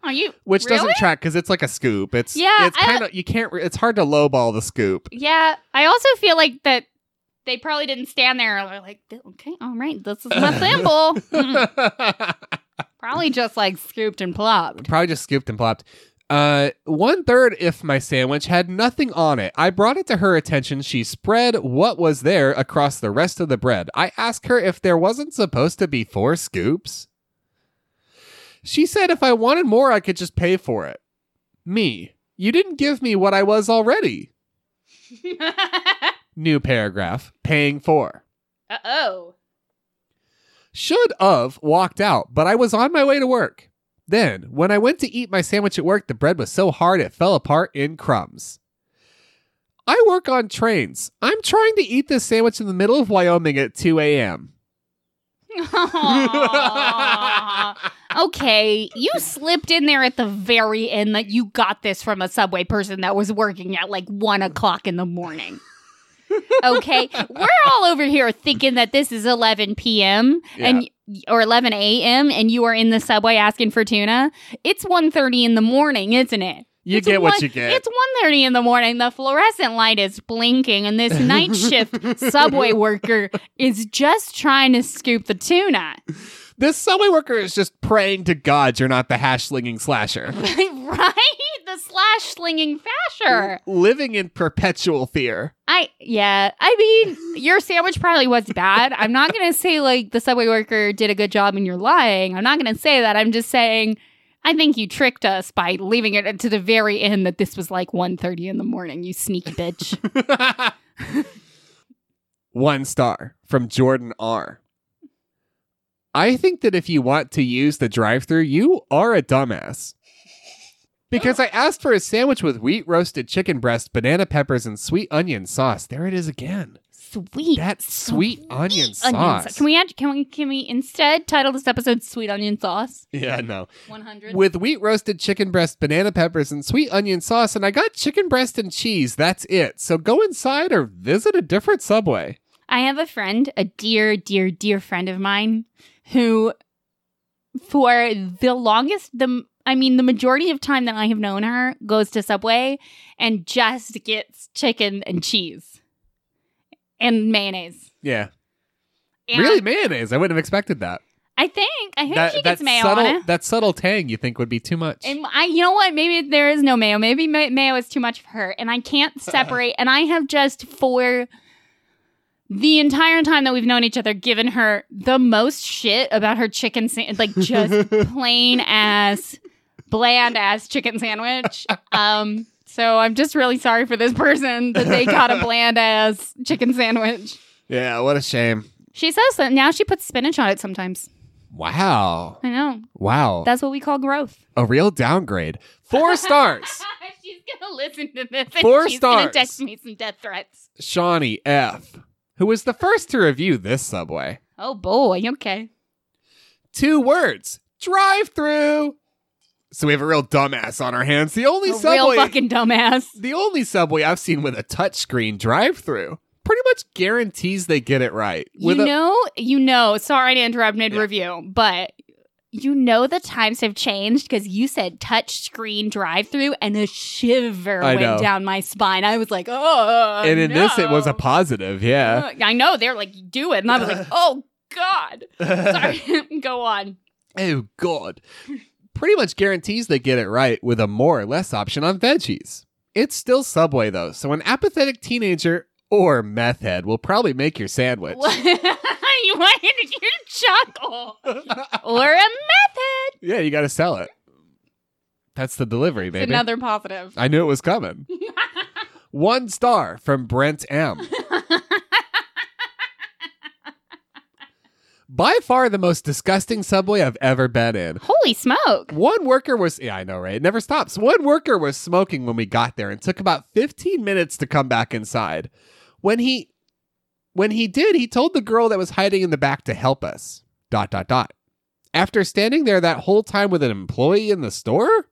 Speaker 2: Are you?
Speaker 1: which
Speaker 2: Really?
Speaker 1: doesn't track because it's like a scoop. It's
Speaker 2: Yeah,
Speaker 1: It's
Speaker 2: I-
Speaker 1: kind of you can't. re- It's hard to lowball the scoop.
Speaker 2: Yeah, I also feel like that they probably didn't stand there and were like, "Oh, okay, all right, this is my sample. Mm. probably just like scooped and plopped.
Speaker 1: Probably just scooped and plopped. Uh, one third if my sandwich had nothing on it. I brought it to her attention. She spread what was there across the rest of the bread. I asked her if there wasn't supposed to be four scoops. She said if I wanted more, I could just pay for it. Me, you didn't give me what I was already.
Speaker 2: uh
Speaker 1: New paragraph, paying for.
Speaker 2: oh.
Speaker 1: Should have walked out, but I was on my way to work. Then, when I went to eat my sandwich at work, the bread was so hard it fell apart in crumbs. I work on trains. I'm trying to eat this sandwich in the middle of Wyoming at 2 a.m.
Speaker 2: okay, you slipped in there at the very end that you got this from a subway person that was working at like one o'clock in the morning. Okay, we're all over here thinking that this is 11 p.m. and or 11 a.m. and you are in the subway asking for tuna. It's 1:30 in the morning, isn't it?
Speaker 1: You
Speaker 2: It's
Speaker 1: get
Speaker 2: one-
Speaker 1: what you get.
Speaker 2: It's 1:30 in the morning. The fluorescent light is blinking and this night shift subway worker is just trying to scoop the tuna.
Speaker 1: This subway worker is just praying to God you're not the hash slinging slasher.
Speaker 2: right? The slash slinging fasher.
Speaker 1: Living in perpetual fear.
Speaker 2: I yeah. I mean, your sandwich probably was bad. I'm not gonna say like the subway worker did a good job and you're lying. I'm not gonna say that. I'm just saying I think you tricked us by leaving it to the very end that this was like 1.30 in the morning, you sneaky bitch.
Speaker 1: One star from Jordan R. I think that if you want to use the drive thru, you are a dumbass. Because I asked for a sandwich with wheat roasted chicken breast, banana peppers, and sweet onion sauce. There it is again.
Speaker 2: Sweet.
Speaker 1: That sweet onion
Speaker 2: Onion
Speaker 1: sauce.
Speaker 2: Can we add, can we can we instead title this episode "Sweet Onion Sauce"?
Speaker 1: Yeah, no.
Speaker 2: One hundred.
Speaker 1: With wheat roasted chicken breast, banana peppers, and sweet onion sauce, and I got chicken breast and cheese. That's it. So go inside or visit a different subway.
Speaker 2: I have a friend, a dear, dear, dear friend of mine, who, for the longest, the I mean, the majority of time that I have known her, goes to Subway and just gets chicken and cheese and mayonnaise.
Speaker 1: Yeah.
Speaker 2: And
Speaker 1: Really mayonnaise. I wouldn't have expected that.
Speaker 2: I think I think
Speaker 1: that
Speaker 2: she gets
Speaker 1: that
Speaker 2: mayo
Speaker 1: subtle
Speaker 2: on it.
Speaker 1: that subtle tang you think would be too much.
Speaker 2: And I, you know what? Maybe there is no mayo. Maybe ma- mayo is too much for her, and I can't separate. and I have just for the entire time that we've known each other, given her the most shit about her chicken sandwich, like just plain ass, bland ass chicken sandwich. Um, so I'm just really sorry for this person that they got a bland ass chicken sandwich.
Speaker 1: yeah, what a shame.
Speaker 2: She says that now she puts spinach on it sometimes.
Speaker 1: Wow.
Speaker 2: I know
Speaker 1: Wow.
Speaker 2: that's what we call growth.
Speaker 1: a real downgrade. Four stars.
Speaker 2: she's gonna listen to this. And
Speaker 1: Four
Speaker 2: she's gonna
Speaker 1: stars.
Speaker 2: text me some death threats.
Speaker 1: Shawnee F, who was the first to review this subway.
Speaker 2: Oh boy. Okay.
Speaker 1: Two words. Drive through. So we have a real dumbass on our hands. The only
Speaker 2: A real
Speaker 1: subway
Speaker 2: fucking dumbass.
Speaker 1: the only subway I've seen with a touchscreen drive through pretty much guarantees they get it right. With
Speaker 2: you
Speaker 1: a-
Speaker 2: know. You know. Sorry to interrupt mid
Speaker 1: Yeah.
Speaker 2: review, but you know the times have changed because you said touch screen drive through, and a shiver
Speaker 1: I
Speaker 2: went
Speaker 1: know.
Speaker 2: down my spine. I was like, oh.
Speaker 1: and in this it was a
Speaker 2: no.
Speaker 1: positive, yeah.
Speaker 2: Uh, I know they're like, do it, and I was like, oh god. Sorry. Go on.
Speaker 1: oh god pretty much guarantees they get it right with a more or less option on veggies it's still subway though so an apathetic teenager or meth head will probably make your sandwich
Speaker 2: Why did you chuckle? or a method.
Speaker 1: yeah you gotta sell it that's the delivery
Speaker 2: It's
Speaker 1: baby
Speaker 2: another positive.
Speaker 1: i knew it was coming one star from brent m by far the most disgusting subway i've ever been in
Speaker 2: Holy smoke.
Speaker 1: One worker was, yeah, I know, right? It never stops. One worker was smoking when we got there and took about 15 minutes to come back inside. When he when he did, he told the girl that was hiding in the back to help us. dot dot dot. After standing there that whole time with an employee in the store?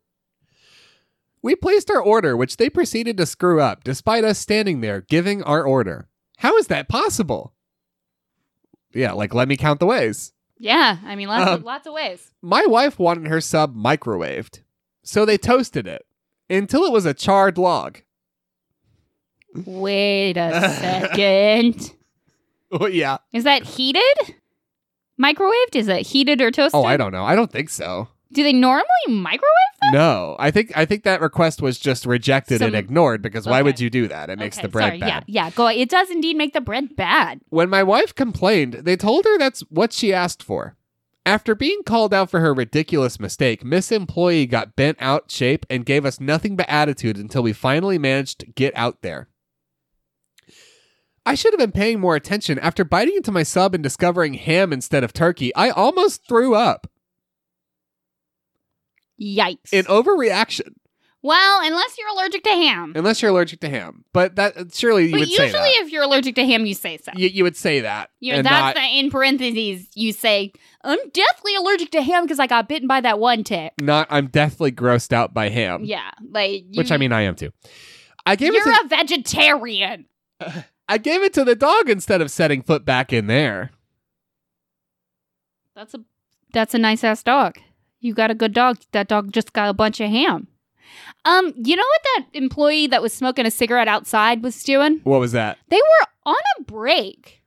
Speaker 1: We placed our order, which they proceeded to screw up despite us standing there giving our order. How is that possible? Yeah, like let me count the ways.
Speaker 2: Yeah, I mean, lots,
Speaker 1: Um,
Speaker 2: of, lots of ways.
Speaker 1: My wife wanted her sub microwaved, so they toasted it until it was a charred log.
Speaker 2: Wait a second.
Speaker 1: Oh, yeah.
Speaker 2: Is that heated? Microwaved? Is it heated or toasted?
Speaker 1: Oh, I don't know. I don't think so.
Speaker 2: Do they normally microwave?
Speaker 1: No, I think I think that request was just rejected and
Speaker 2: Some-
Speaker 1: ignored because why
Speaker 2: Okay.
Speaker 1: would you do that? It makes
Speaker 2: Okay,
Speaker 1: the bread
Speaker 2: sorry,
Speaker 1: bad.
Speaker 2: Yeah, yeah. Go. It does indeed make the bread bad.
Speaker 1: When my wife complained, they told her that's what she asked for. After being called out for her ridiculous mistake, Miss Employee got bent out shape and gave us nothing but attitude until we finally managed to get out there. I should have been paying more attention. After biting into my sub and discovering ham instead of turkey, I almost threw up
Speaker 2: Yikes.
Speaker 1: in overreaction.
Speaker 2: well, unless you're allergic to ham.
Speaker 1: Unless you're allergic to ham, but that surely you
Speaker 2: but
Speaker 1: would
Speaker 2: usually,
Speaker 1: say that.
Speaker 2: if you're allergic to ham, you say so.
Speaker 1: You, you would say that.
Speaker 2: You're,
Speaker 1: and not-
Speaker 2: that's the, in parentheses. You say, "I'm deathly allergic to ham because I got bitten by that one tick."
Speaker 1: not I'm deathly grossed out by ham.
Speaker 2: Yeah, like you,
Speaker 1: Um, Which I mean I am too. I gave it
Speaker 2: you're
Speaker 1: to
Speaker 2: a vegetarian.
Speaker 1: I gave it to the dog instead of setting foot back in there.
Speaker 2: That's a that's a nice ass dog. You got a good dog. That dog just got a bunch of ham. Um, you know what that employee that was smoking a cigarette outside was doing?
Speaker 1: What was that?
Speaker 2: They were on a break.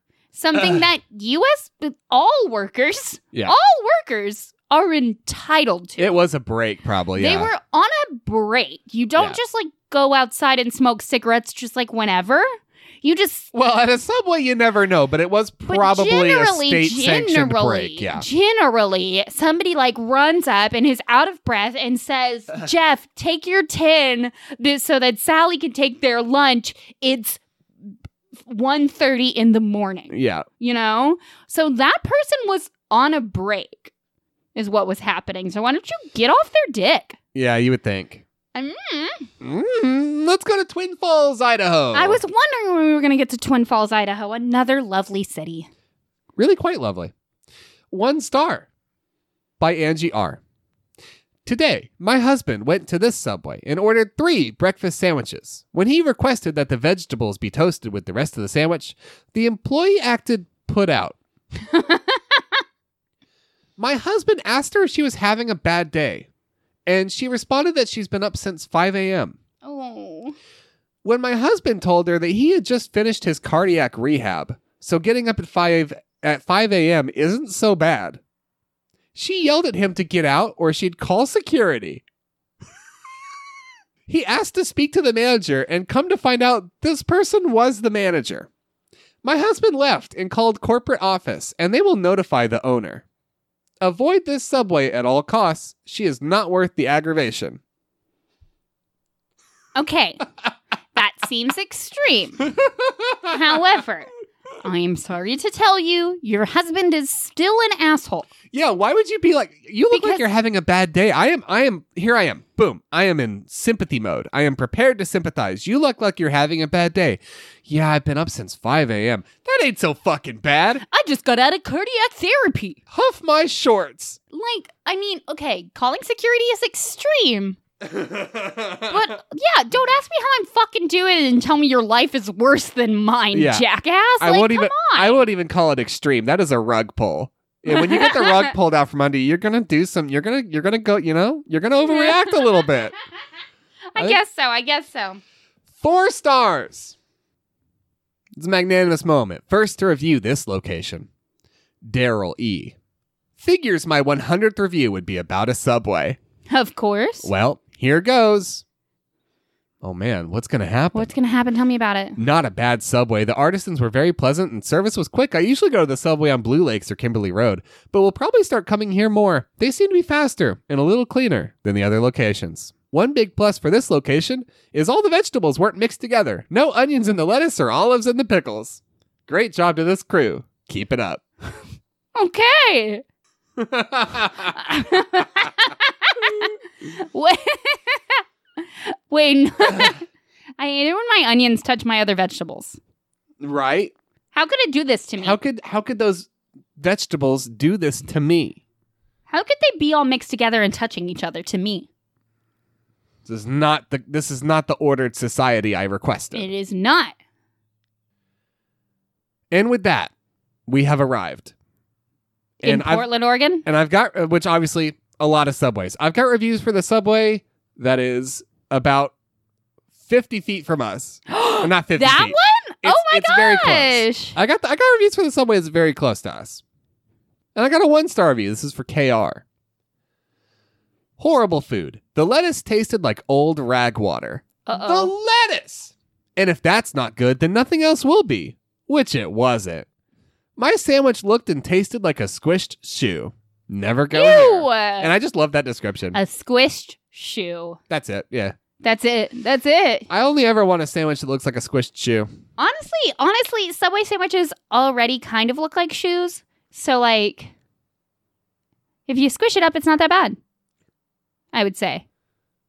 Speaker 2: Something
Speaker 1: Ugh.
Speaker 2: that U.S. all workers,
Speaker 1: Yeah.
Speaker 2: all workers are entitled to.
Speaker 1: It was a break, probably.
Speaker 2: They
Speaker 1: yeah.
Speaker 2: were on a break. You don't
Speaker 1: Yeah.
Speaker 2: just like go outside and smoke cigarettes just like whenever. You just
Speaker 1: well at a subway. You never know, but it was
Speaker 2: but
Speaker 1: probably a
Speaker 2: generally,
Speaker 1: state-sanctioned
Speaker 2: generally,
Speaker 1: break. Yeah,
Speaker 2: Generally, somebody like runs up and is out of breath and says, "Jeff, take your tin th- so that Sally can take their lunch." It's 1:30 in the morning,
Speaker 1: yeah.
Speaker 2: you know? So that person was on a break is what was happening. So why don't you get off their dick?
Speaker 1: Yeah, you would think.
Speaker 2: Mm.
Speaker 1: Mm, let's go to Twin Falls, Idaho.
Speaker 2: I was wondering when we were going to get to Twin Falls, Idaho, another lovely city.
Speaker 1: really quite lovely. One star by Angie R. Today, my husband went to this subway and ordered three breakfast sandwiches. When he requested that the vegetables be toasted with the rest of the sandwich, the employee acted put out. my husband asked her if she was having a bad day, and she responded that she's been up since 5 a.m.
Speaker 2: Oh.
Speaker 1: When my husband told her that he had just finished his cardiac rehab, so getting up at 5 at 5 a.m. isn't so bad. She yelled at him to get out or she'd call security. he asked to speak to the manager and come to find out this person was the manager. My husband left and called corporate office and they will notify the owner. Avoid this subway at all costs. She is not worth the aggravation.
Speaker 2: Okay. that seems extreme. However, I am sorry to tell you, your husband is still an asshole.
Speaker 1: Yeah, why would you be like you look like
Speaker 2: Because-
Speaker 1: you're having a bad day. I am I am here I am. Boom. I am in sympathy mode. I am prepared to sympathize. You look like you're having a bad day. Yeah, I've been up since 5 a.m. That ain't so fucking bad.
Speaker 2: I just got out of cardiac therapy.
Speaker 1: Huff my shorts.
Speaker 2: Like, I mean, okay, calling security is extreme. But yeah, don't ask me how I'm fucking doing and tell me your life is worse than mine,
Speaker 1: Yeah.
Speaker 2: jackass.
Speaker 1: I
Speaker 2: like,
Speaker 1: won't
Speaker 2: come
Speaker 1: even
Speaker 2: on.
Speaker 1: I won't even call it extreme. That is a rug pull. Yeah, when you get the rug pulled out from under you, you're gonna do some you're gonna you're gonna go, you know, you're gonna overreact a little bit. I
Speaker 2: I
Speaker 1: think-
Speaker 2: guess so. I guess so.
Speaker 1: Four stars. It's a magnanimous moment. First to review this location, Daryl E. Figures my 100th review would be about a subway.
Speaker 2: Of course.
Speaker 1: Well, here goes. Oh man, what's going to happen?
Speaker 2: What's going to happen? Tell me about it.
Speaker 1: Not a bad subway. The artisans were very pleasant and service was quick. I usually go to the subway on Blue Lakes or Kimberly Road, but we'll probably start coming here more. They seem to be faster and a little cleaner than the other locations. One big plus for this location is all the vegetables weren't mixed together. No onions in the lettuce or olives in the pickles. Great job to this crew. Keep it up.
Speaker 2: Okay. Wait, Wait, no. I hate it when my onions touch my other vegetables.
Speaker 1: right?
Speaker 2: How could it do this to me?
Speaker 1: How could how could those vegetables do this to me?
Speaker 2: How could they be all mixed together and touching each other to me?
Speaker 1: This is not the this is not the ordered society I requested.
Speaker 2: It is not.
Speaker 1: And with that, we have arrived.
Speaker 2: In
Speaker 1: and I've
Speaker 2: Portland, Oregon?
Speaker 1: and I've got uh, which obviously a lot of subways. I've got reviews for the subway that is about fifty feet from us.
Speaker 2: that
Speaker 1: Not fifty feet.
Speaker 2: one? oh
Speaker 1: It's-
Speaker 2: my
Speaker 1: it's
Speaker 2: gosh.
Speaker 1: very close. I got the, I got reviews for the subway that's very close to us. And I got a one star review. This is for KR. Horrible food. The lettuce tasted like old rag water.
Speaker 2: Uh-oh.
Speaker 1: The lettuce! And if that's not good, then nothing else will be, which it wasn't. My sandwich looked and tasted like a squished shoe. Never go
Speaker 2: Ew.
Speaker 1: here. And I just love that description.
Speaker 2: a squished shoe.
Speaker 1: That's it. Yeah.
Speaker 2: That's it. That's it.
Speaker 1: I only ever want a sandwich that looks like a squished shoe.
Speaker 2: Honestly, honestly, Subway sandwiches already kind of look like shoes. So like if you squish it up, it's not that bad. I would say.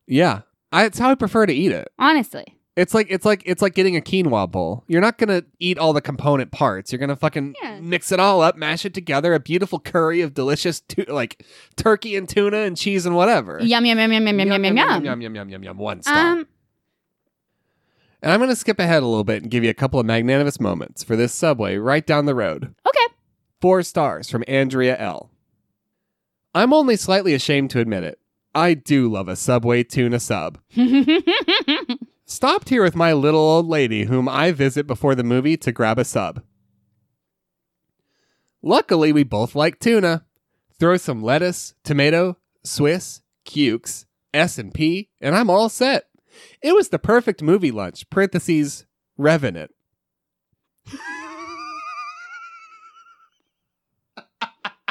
Speaker 1: Yeah. I, it's how I prefer to eat it.
Speaker 2: Honestly.
Speaker 1: It's like it's like it's like getting a quinoa bowl. You're not gonna eat all the component parts. You're gonna fucking
Speaker 2: Yeah.
Speaker 1: mix it all up, mash it together, a beautiful curry of delicious tu- like turkey and tuna and cheese and whatever.
Speaker 2: Yum yum yum yum yum yum yum
Speaker 1: yum
Speaker 2: yum.
Speaker 1: yum yum yum yum yum. One star.
Speaker 2: Um
Speaker 1: and I'm gonna skip ahead a little bit and give you a couple of magnanimous moments for this subway right down the road.
Speaker 2: okay.
Speaker 1: Four stars from Andrea L. I'm only slightly ashamed to admit it. I do love a subway tuna sub. Stopped here with my little old lady, whom I visit before the movie to grab a sub. Luckily, we both like tuna. Throw some lettuce, tomato, Swiss, cukes, S and P, and I'm all set. It was the perfect movie lunch. Parentheses Revenant.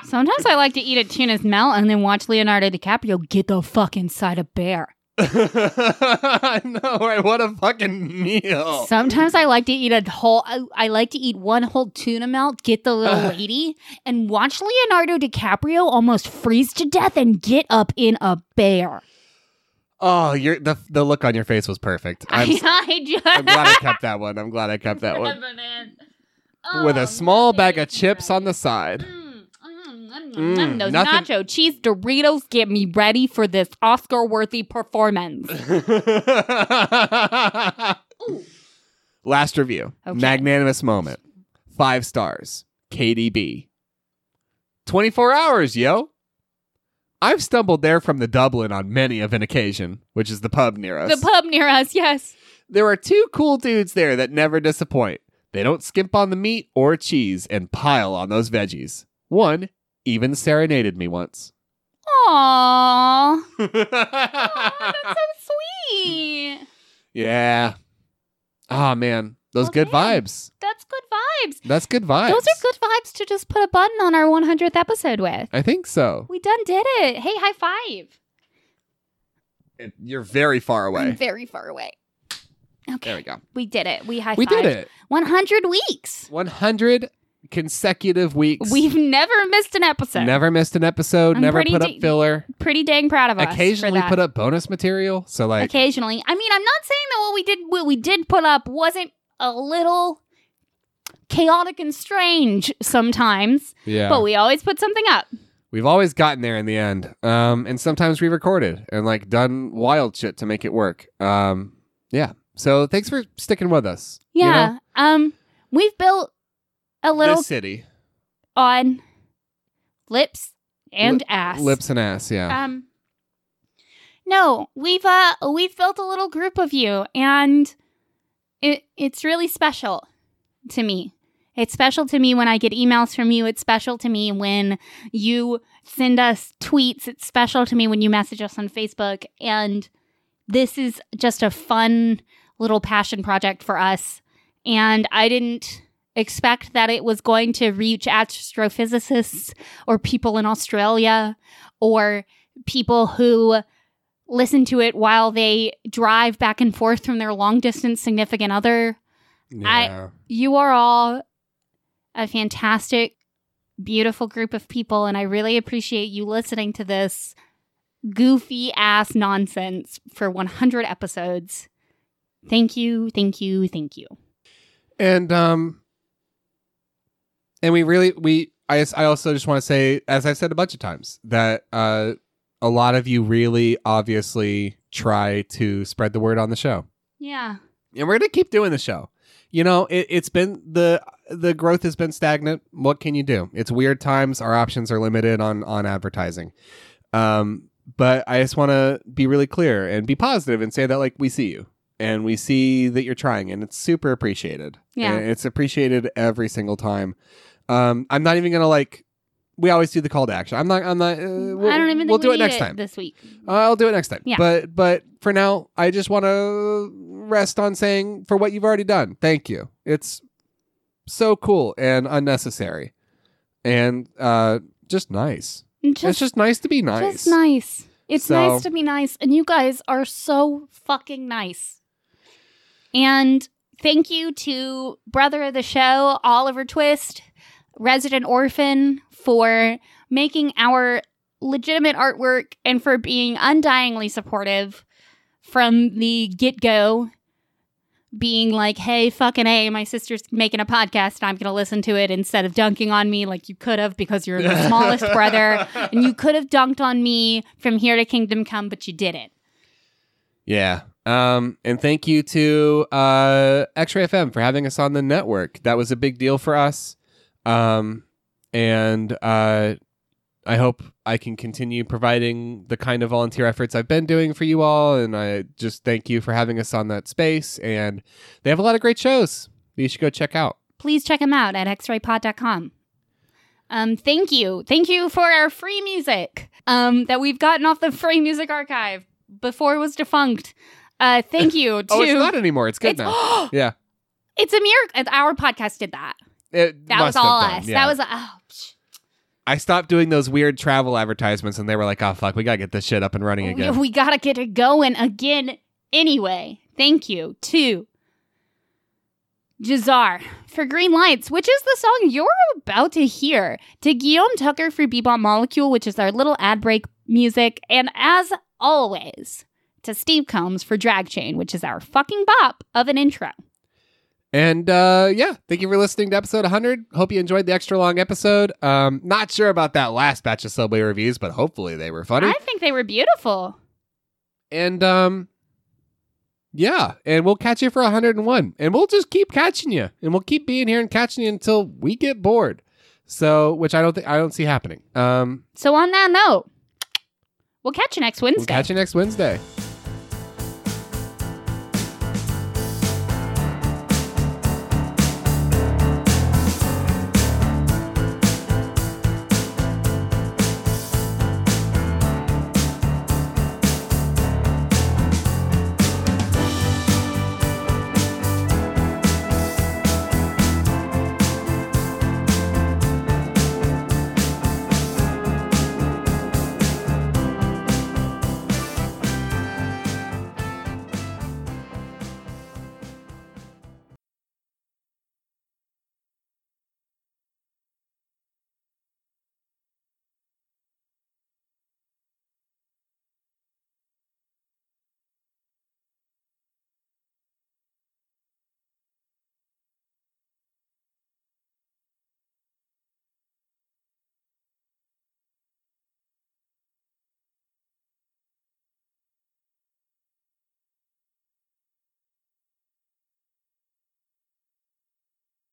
Speaker 2: Sometimes I like to eat a tuna's melt and then watch Leonardo DiCaprio get the fuck inside a bear.
Speaker 1: I know, right? What a fucking meal!
Speaker 2: Sometimes I like to eat a whole. I, I like to eat one whole tuna melt, get the little lady, and watch Leonardo DiCaprio almost freeze to death and get up in a bear.
Speaker 1: oh, your the the look on your face was perfect. I'm,
Speaker 2: I,
Speaker 1: s-
Speaker 2: I just
Speaker 1: I'm glad I kept that one. I'm glad I kept that one.
Speaker 2: Revenant.
Speaker 1: with
Speaker 2: Oh,
Speaker 1: a small bag of
Speaker 2: nothing
Speaker 1: chips
Speaker 2: right.
Speaker 1: on the side.
Speaker 2: Mm, mm, mm,
Speaker 1: Mm,
Speaker 2: mm, those
Speaker 1: nothing-
Speaker 2: nacho cheese Doritos get me ready for this Oscar-worthy performance. Ooh.
Speaker 1: Last review.
Speaker 2: Okay.
Speaker 1: Magnanimous moment. Five stars. KDB. 24 hours, yo. I've stumbled there from the Dublin on many of an occasion, which is the pub near us.
Speaker 2: The pub near us, yes.
Speaker 1: there are two cool dudes there that never disappoint. They don't skimp on the meat or cheese and pile on those veggies. One even serenaded me once.
Speaker 2: Aww, that's so sweet.
Speaker 1: Yeah. Oh man, those
Speaker 2: Well,
Speaker 1: good
Speaker 2: damn.
Speaker 1: vibes.
Speaker 2: That's good vibes.
Speaker 1: That's good vibes.
Speaker 2: Those are good vibes to just put a button on our 100th episode with.
Speaker 1: I think so.
Speaker 2: We done did it. Hey, high five.
Speaker 1: It- You're very far
Speaker 2: I'm
Speaker 1: away.
Speaker 2: very far away. Okay.
Speaker 1: There we go.
Speaker 2: We did it. We high
Speaker 1: We did it.
Speaker 2: 100 weeks.
Speaker 1: 100 consecutive weeks.
Speaker 2: We've never missed an episode.
Speaker 1: never missed an episode.
Speaker 2: I'm
Speaker 1: never
Speaker 2: pretty
Speaker 1: put up
Speaker 2: de-
Speaker 1: filler.
Speaker 2: Pretty dang proud of us.
Speaker 1: Occasionally put up bonus material. So like,
Speaker 2: Occasionally. I mean, I'm not saying that what we did what we did put up wasn't a little chaotic and strange sometimes,
Speaker 1: yeah,
Speaker 2: but we always put something up.
Speaker 1: we've always gotten there in the end. Um, and sometimes we recorded and like done wild shit to make it work. Um, yeah. So thanks for sticking with us. You
Speaker 2: Yeah.
Speaker 1: know,
Speaker 2: Um we've built a little
Speaker 1: this city,
Speaker 2: on lips and
Speaker 1: Lip-
Speaker 2: ass.
Speaker 1: lips and ass. Yeah.
Speaker 2: Um. No, we've uh we've built a little group of you, and it it's really special to me. It's special to me when I get emails from you. It's special to me when you send us tweets. It's special to me when you message us on Facebook. And this is just a fun little passion project for us. And I didn't expect that it was going to reach astrophysicists or people in Australia or people who listen to it while they drive back and forth from their long distance significant other I-
Speaker 1: yeah.
Speaker 2: you are all a fantastic, beautiful group of people, and I really appreciate you listening to this goofy ass nonsense for 100 episodes. Thank you, thank you, thank you.
Speaker 1: and um and we really we I, I also just want to say, as I've said a bunch of times, that uh, a lot of you really obviously try to spread the word on the show.
Speaker 2: Yeah.
Speaker 1: and we're gonna keep doing the show. You know, it, it's been the the growth has been stagnant. What can you do? It's weird times. Our options are limited on on advertising. Um, but I just want to be really clear and be positive and say that like we see you and we see that you're trying and it's super appreciated.
Speaker 2: Yeah.
Speaker 1: And it's appreciated every single time. Um, I'm not even gonna like. We always do the call to action. I'm not. I'm not. Uh, we'll,
Speaker 2: Mm, I don't even think
Speaker 1: we'll do
Speaker 2: we
Speaker 1: it
Speaker 2: need
Speaker 1: next time.
Speaker 2: this week.
Speaker 1: I'll do it next time.
Speaker 2: Yeah.
Speaker 1: But but for now, I just want to rest on saying for what you've already done. Thank you. It's so cool and unnecessary, and uh, just nice. it's
Speaker 2: Just,
Speaker 1: just nice to be nice.
Speaker 2: just nice. It's
Speaker 1: So-
Speaker 2: nice to be nice, and you guys are so fucking nice. And thank you to brother of the show, Oliver Twist, resident orphan, for making our legitimate artwork and for being undyingly supportive from the get go. Being like, hey, fucking A, my sister's making a podcast and I'm going to listen to it instead of dunking on me like you could have because you're the smallest brother and you could have dunked on me from here to kingdom come but you didn't
Speaker 1: Yeah. Um, and thank you to uh, X Ray FM for having us on the network. That was a big deal for us. Um, and uh, I hope I can continue providing the kind of volunteer efforts I've been doing for you all. And I just thank you for having us on that space. And they have a lot of great shows that you should go check out.
Speaker 2: please check them out at xraypod.com um thank you thank you for our free music um that we've gotten off the free music archive before it was defunct uh thank you to
Speaker 1: Oh, it's not anymore. It's good
Speaker 2: It's-
Speaker 1: now. yeah.
Speaker 2: it's a miracle our podcast did that
Speaker 1: It
Speaker 2: that
Speaker 1: must
Speaker 2: was
Speaker 1: have
Speaker 2: all
Speaker 1: done,
Speaker 2: us
Speaker 1: yeah.
Speaker 2: that was oh, psh.
Speaker 1: I stopped doing those weird travel advertisements, and they were like, "Oh fuck, we gotta get this shit up and running again."
Speaker 2: Oh, We gotta get it going again anyway. Thank you to Jazar for Green Lights, which is the song you're about to hear, to Guillaume Tucker for Bebop Molecule, which is our little ad break music, and as always, to Steve Combs for Drag Chain, which is our fucking bop of an intro.
Speaker 1: And uh, yeah, thank you for listening to episode 100. Hope you enjoyed the extra long episode. Um, not sure about that last batch of Subway reviews, but hopefully they were funny.
Speaker 2: I think they were beautiful.
Speaker 1: and um, yeah, and we'll catch you for 101. And we'll just keep catching you, and we'll keep being here and catching you until we get bored. So, which I don't think I don't see happening. Um,
Speaker 2: So on that note, we'll catch you next Wednesday.
Speaker 1: we'll catch you next Wednesday.